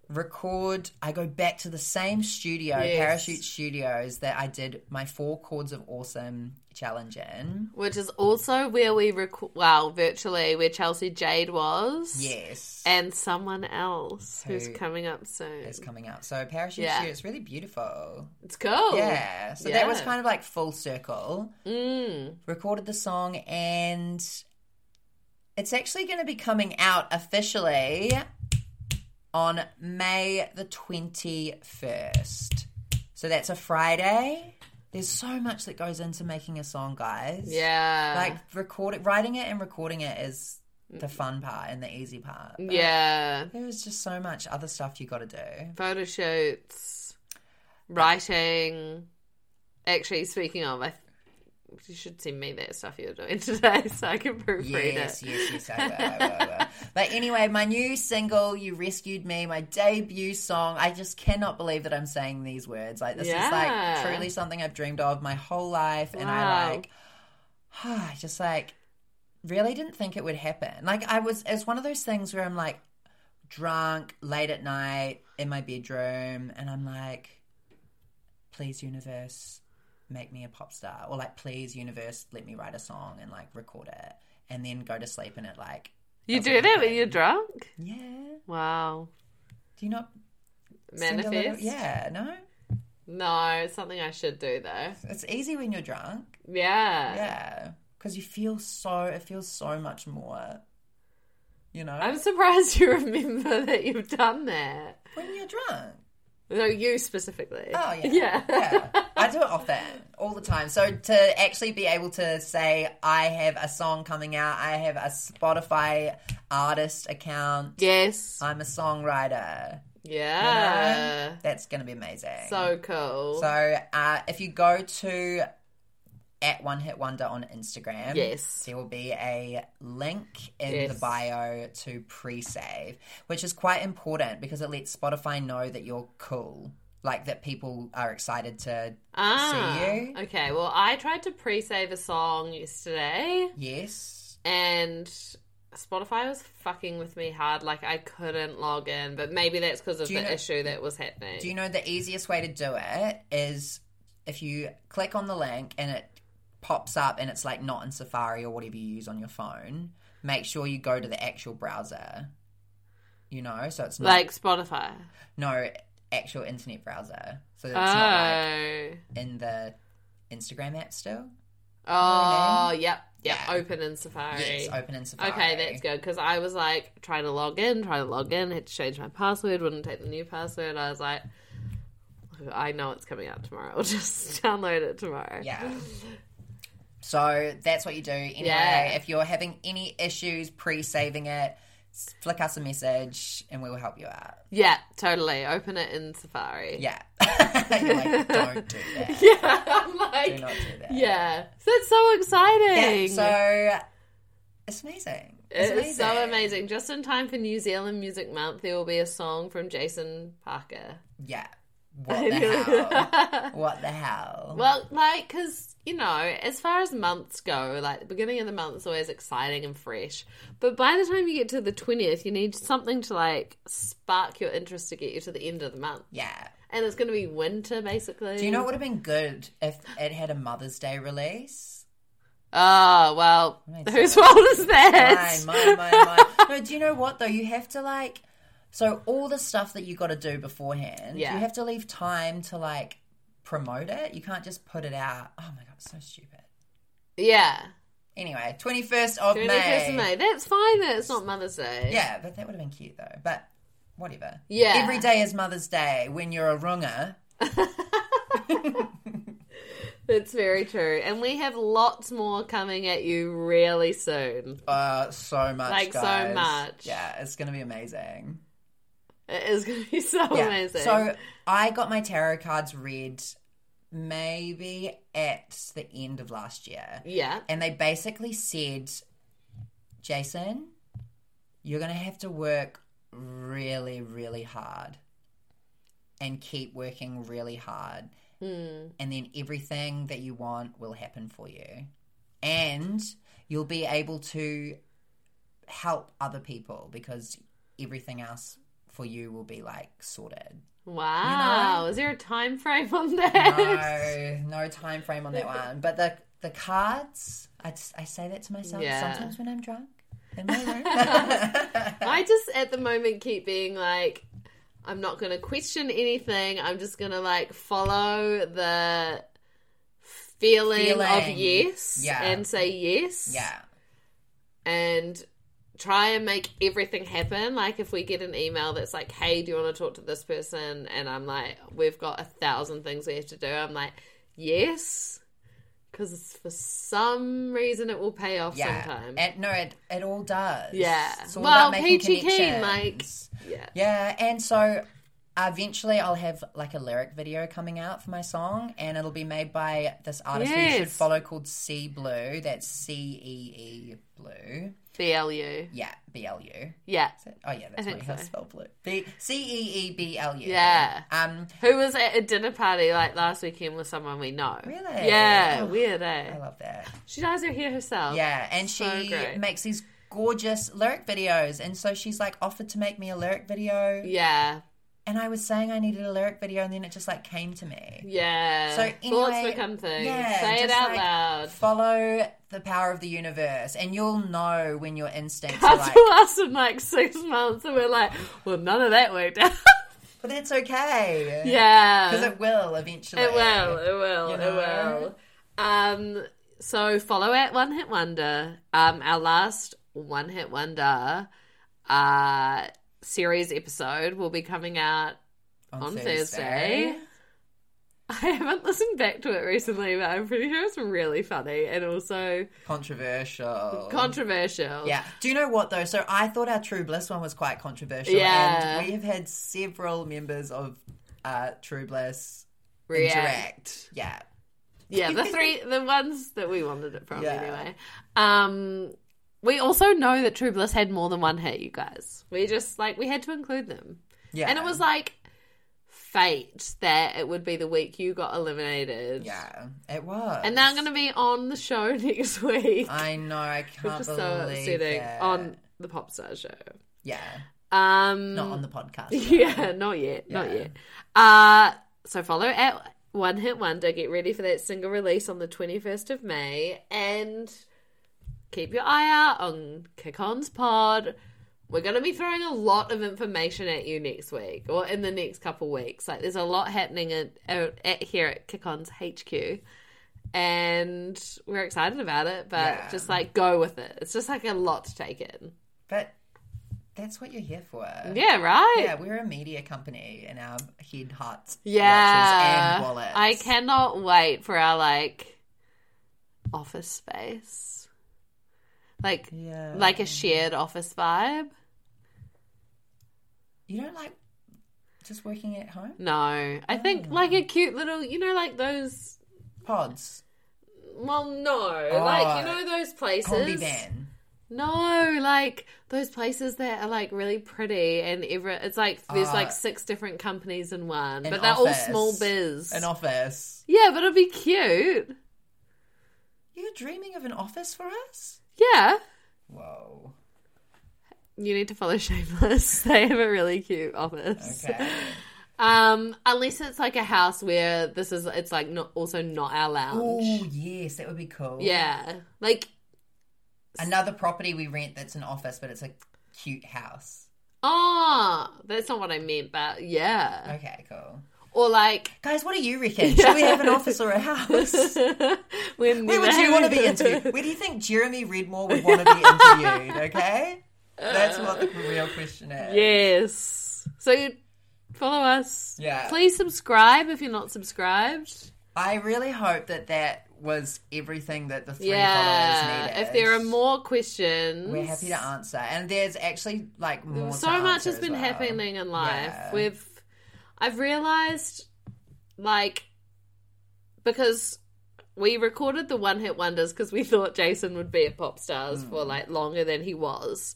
Speaker 3: Record I go back to the same studio,
Speaker 2: Yes.
Speaker 3: Parachute Studios, that I did my four chords of awesome challenge in.
Speaker 2: Which is also where we rec- well, virtually where Chelsea Jade was.
Speaker 3: Yes.
Speaker 2: And someone else who's
Speaker 3: Who
Speaker 2: coming up soon.
Speaker 3: It's coming out. So parachute
Speaker 2: Yeah.
Speaker 3: shoot, it's really beautiful.
Speaker 2: It's cool.
Speaker 3: Yeah. So that was
Speaker 2: Oh, Yeah.
Speaker 3: kind of like full circle.
Speaker 2: Mm.
Speaker 3: Recorded the song and it's actually going to be coming out officially on May the 21st. So that's a Friday. There's so much that goes into making a song, guys.
Speaker 2: Yeah.
Speaker 3: Like recording, writing it and recording it is the fun part and the easy part. But
Speaker 2: yeah.
Speaker 3: There is just so much other stuff you got to do.
Speaker 2: Photo shoots, writing. Actually, speaking of, I you should send me that stuff you're doing today so I can proofread
Speaker 3: Yes,
Speaker 2: it.
Speaker 3: yes, yes, I will, I will, I will. But anyway, my new single, You Rescued Me, my debut song. I just cannot believe that I'm saying these words. Like, this
Speaker 2: Yeah.
Speaker 3: is like truly something I've dreamed of my whole life. And I
Speaker 2: Wow.
Speaker 3: like, I just like really didn't think it would happen. Like, I was, it's one of those things where I'm like drunk late at night in my bedroom and I'm like, please, universe, make me a pop star or like please universe let me write a song and like record it and then go to sleep and it like
Speaker 2: You do that when you're drunk?
Speaker 3: yeah
Speaker 2: Wow.
Speaker 3: do you not send a
Speaker 2: Manifest?
Speaker 3: little- yeah no
Speaker 2: No, it's something I should do though.
Speaker 3: it's easy when you're drunk
Speaker 2: Yeah.
Speaker 3: yeah because you feel so it feels so much more you know
Speaker 2: I'm surprised you remember that you've done that.
Speaker 3: when you're drunk
Speaker 2: No, you specifically.
Speaker 3: Oh yeah.
Speaker 2: Yeah.
Speaker 3: Yeah. I do it often, all the time. So to actually be able to say I have a song coming out, I have a Spotify artist account,
Speaker 2: yes.
Speaker 3: I'm a songwriter. you know?
Speaker 2: Yeah.
Speaker 3: That's going to be amazing.
Speaker 2: So cool.
Speaker 3: So, uh, if you go to at One Hit Wonder on Instagram,
Speaker 2: Yes.
Speaker 3: there will be a link in
Speaker 2: Yes.
Speaker 3: the bio to pre-save, which is quite important because it lets Spotify know that you're cool, like that people are excited to you.
Speaker 2: Ah, Okay. Well, I tried to pre-save a song yesterday,
Speaker 3: yes.
Speaker 2: and Spotify was fucking with me hard. Like I couldn't log in, but maybe that's because of
Speaker 3: Do you
Speaker 2: the
Speaker 3: know-
Speaker 2: issue that was happening.
Speaker 3: Do you know the easiest way to do it is if you click on the link and it pops up and it's like not in Safari or whatever you use on your phone, make sure you go to the actual browser. You know, so it's not
Speaker 2: like Spotify.
Speaker 3: no actual internet browser. So it's
Speaker 2: Oh.
Speaker 3: not like in the Instagram app still.
Speaker 2: oh. Yep. Yep.
Speaker 3: Yeah.
Speaker 2: Open in Safari.
Speaker 3: Yes, open in Safari.
Speaker 2: Okay, that's good because I was like trying to log in, trying to log in, had to change my password, wouldn't take the new password. I was like, I know it's coming out tomorrow. I'll just download it tomorrow.
Speaker 3: Yeah. So that's what you do. Anyway,
Speaker 2: Yeah.
Speaker 3: if you're having any issues pre-saving it, s- flick us a message and we will help you out.
Speaker 2: Yeah, totally. Open it in Safari.
Speaker 3: Yeah. You're like, don't do that.
Speaker 2: Yeah, I'm
Speaker 3: Do
Speaker 2: like,
Speaker 3: not do that.
Speaker 2: yeah. That's so
Speaker 3: Yeah,
Speaker 2: exciting.
Speaker 3: so it's amazing. It's
Speaker 2: it is so amazing. Just in time for New Zealand Music Month, there will be a song from Jason Parker.
Speaker 3: Yeah. What the hell? What the hell?
Speaker 2: Well, like, because, you know, as far as months go, like, the beginning of the month is always exciting and fresh. But by the time you get to the 20th, you need something to, like, spark your interest to get you to the end of the month.
Speaker 3: yeah.
Speaker 2: And it's going to be winter, basically.
Speaker 3: Do you know what would have been good if it had a Mother's Day release?
Speaker 2: Oh, well,
Speaker 3: mean,
Speaker 2: whose fault is that?
Speaker 3: Mine, mine, mine, mine. No, do you know what though? You have to like, so all the stuff that you got to do beforehand,
Speaker 2: Yeah.
Speaker 3: you have to leave time to like promote it. You can't just put it out. Oh my god, it's so stupid.
Speaker 2: Yeah.
Speaker 3: Anyway, twenty first of
Speaker 2: 21st of May. That's fine that it's not Mother's Day.
Speaker 3: Yeah, but that would have been cute though. But whatever.
Speaker 2: Yeah.
Speaker 3: Every day is Mother's Day when you're a runger.
Speaker 2: That's very true. And we have lots more coming at you really soon.
Speaker 3: Uh, so much.
Speaker 2: Like, so
Speaker 3: guys.
Speaker 2: much.
Speaker 3: Yeah, it's gonna be amazing.
Speaker 2: It is going to be so
Speaker 3: Yeah.
Speaker 2: amazing.
Speaker 3: So I got my tarot cards read maybe at the end of last year.
Speaker 2: yeah.
Speaker 3: And they basically said, Jason, you're gonna have to work really, really hard. And keep working really hard.
Speaker 2: Hmm.
Speaker 3: and then everything that you want will happen for you. And you'll be able to help other people because everything else for you will be like sorted.
Speaker 2: Wow. Is there a time frame on that?
Speaker 3: No, no time frame on that one. But the the cards, I, just, I say that to myself
Speaker 2: Yeah.
Speaker 3: sometimes when I'm drunk in my room.
Speaker 2: I just at the moment keep being like, I'm not going to question anything. I'm just going to like follow the feeling, of
Speaker 3: Feeling.
Speaker 2: yes
Speaker 3: Yeah.
Speaker 2: and say yes.
Speaker 3: yeah,
Speaker 2: and try and make everything happen. Like if we get an email that's like, "Hey, do you want to talk to this person?" and I'm like, "We've got a thousand things we have to do," I'm like, "Yes," because for some reason it will pay off
Speaker 3: yeah.
Speaker 2: sometime.
Speaker 3: And no, it, it all does.
Speaker 2: Yeah.
Speaker 3: It's all
Speaker 2: Well,
Speaker 3: about making
Speaker 2: peachy keen,
Speaker 3: connections.
Speaker 2: like- yeah.
Speaker 3: Yeah, and so Eventually, I'll have like a lyric video coming out for my song, and it'll be made by this artist you should
Speaker 2: Yes.
Speaker 3: follow called C Blue. That's C E E Blue.
Speaker 2: BLU.
Speaker 3: Yeah, B L U.
Speaker 2: Yeah.
Speaker 3: Oh yeah, that's
Speaker 2: think
Speaker 3: what you
Speaker 2: so.
Speaker 3: spell blue. B C E E B L U.
Speaker 2: Yeah.
Speaker 3: Um,
Speaker 2: Who was at a dinner party like last weekend with someone we know?
Speaker 3: Really?
Speaker 2: Yeah,
Speaker 3: Oh,
Speaker 2: weird,
Speaker 3: I
Speaker 2: eh?
Speaker 3: love that.
Speaker 2: She dyes her hair herself.
Speaker 3: Yeah, and she
Speaker 2: Oh, So great.
Speaker 3: makes these gorgeous lyric videos, and so she's like offered to make me a lyric video,
Speaker 2: Yeah.
Speaker 3: and I was saying I needed a lyric video, and then it just like came to me.
Speaker 2: Yeah.
Speaker 3: So anyway,
Speaker 2: Thoughts become things.
Speaker 3: yeah,
Speaker 2: Say it
Speaker 3: just,
Speaker 2: out
Speaker 3: like,
Speaker 2: loud.
Speaker 3: Follow the power of the universe, and you'll know when your instincts are
Speaker 2: That's
Speaker 3: like.
Speaker 2: to us in like six months, and we're like, well, none of that worked out.
Speaker 3: But that's okay.
Speaker 2: yeah.
Speaker 3: because it will eventually.
Speaker 2: It will. It will.
Speaker 3: You know?
Speaker 2: It will. Um, so follow at One Hit Wonder. Um, our last One Hit Wonder uh, series episode will be coming out.
Speaker 3: on,
Speaker 2: on Thursday. I haven't listened back to it recently, but I'm pretty sure it's really funny and also
Speaker 3: Controversial.
Speaker 2: controversial.
Speaker 3: Oh. Yeah. Do you know what though? So I thought our True Bliss one was quite controversial.
Speaker 2: Yeah.
Speaker 3: And we have had several members of uh, True Bliss
Speaker 2: React.
Speaker 3: interact. Yeah.
Speaker 2: yeah, the three, the ones that we wanted it from
Speaker 3: Yeah.
Speaker 2: anyway. Um, we also know that True Bliss had more than one hit, you guys. We just like we had to include them,
Speaker 3: Yeah.
Speaker 2: and it was like fate that it would be the week you got eliminated.
Speaker 3: Yeah. It was.
Speaker 2: and now I'm going to be on the show next week,
Speaker 3: I know. I
Speaker 2: which
Speaker 3: can't
Speaker 2: is
Speaker 3: believe
Speaker 2: so upsetting
Speaker 3: it.
Speaker 2: on the pop star show.
Speaker 3: Yeah.
Speaker 2: Um,
Speaker 3: Not on the podcast.
Speaker 2: yeah, not yet, not
Speaker 3: Um, Yeah.
Speaker 2: yet. Uh so follow at One Hit Wonder. Get ready for that single release on the twenty first of May, and keep your eye out on Kakon's Pod. We're going to be throwing a lot of information at you next week, or in the next couple weeks. Like there's a lot happening at, at, at here at Kakon's HQ. And we're excited about it, but
Speaker 3: Yeah.
Speaker 2: just like go with it. It's just like a lot to take in.
Speaker 3: But that's what you're here for.
Speaker 2: Yeah, right?
Speaker 3: Yeah, we're a media company and our head, hearts,
Speaker 2: Yeah.
Speaker 3: watches, and wallets.
Speaker 2: I cannot wait for our like office space. Like
Speaker 3: Yeah.
Speaker 2: like a shared office vibe.
Speaker 3: You don't like just working at home?
Speaker 2: No. I think
Speaker 3: Mm.
Speaker 2: like a cute little you know like those
Speaker 3: Pods.
Speaker 2: well no. like you
Speaker 3: Oh,
Speaker 2: know those places.
Speaker 3: Combi van.
Speaker 2: No, like those places that are like really pretty and every it's like there's
Speaker 3: Uh,
Speaker 2: like six different companies in one.
Speaker 3: an
Speaker 2: But they're
Speaker 3: office.
Speaker 2: all small biz.
Speaker 3: An office.
Speaker 2: yeah, but it'll be cute.
Speaker 3: You're dreaming of an office for us?
Speaker 2: Yeah.
Speaker 3: Whoa.
Speaker 2: You need to follow Shameless. They have a really cute office.
Speaker 3: Okay.
Speaker 2: Um, unless it's like a house where this is, it's like not also not our lounge.
Speaker 3: oh, yes, that would be cool.
Speaker 2: Yeah, like
Speaker 3: Another property we rent that's an office, but it's a cute house.
Speaker 2: oh, that's not what I meant, but yeah,
Speaker 3: Okay, cool.
Speaker 2: or like
Speaker 3: Guys, what do you reckon? Should we have an office or a house?
Speaker 2: when
Speaker 3: Where would you want to be interviewed? Where do you think Jeremy Redmore would want to be interviewed? Okay? That's what the real question is.
Speaker 2: Yes, so you follow us.
Speaker 3: Yeah.
Speaker 2: please subscribe if you're not subscribed.
Speaker 3: I really hope that that was everything that the three
Speaker 2: yeah,
Speaker 3: followers needed.
Speaker 2: if there are more questions,
Speaker 3: We're happy to answer. And there's actually like more
Speaker 2: Mm, so
Speaker 3: to
Speaker 2: much
Speaker 3: answer
Speaker 2: has
Speaker 3: as
Speaker 2: been
Speaker 3: well.
Speaker 2: happening in life
Speaker 3: Yeah.
Speaker 2: We've, i've realized like because we recorded the one hit wonders because we thought jason would be at pop stars
Speaker 3: Hmm.
Speaker 2: for like longer than he was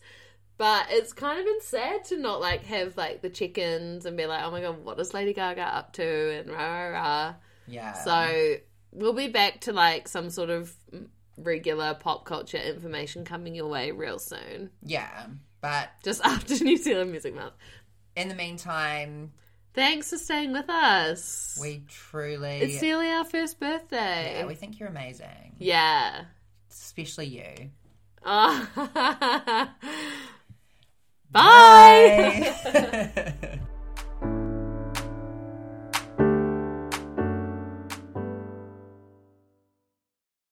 Speaker 2: but it's kind of been sad to not like have like the chickens and be like oh my god what is lady gaga up to and rah rah rah
Speaker 3: Yeah.
Speaker 2: so we'll be back to like some sort of regular pop culture information coming your way real soon
Speaker 3: Yeah. But
Speaker 2: just after new zealand music month
Speaker 3: in the meantime,
Speaker 2: Thanks for staying with us.
Speaker 3: we truly
Speaker 2: it's nearly our first birthday.
Speaker 3: yeah, we think you're amazing.
Speaker 2: Yeah.
Speaker 3: Especially you.
Speaker 2: Oh. Bye.
Speaker 3: Bye.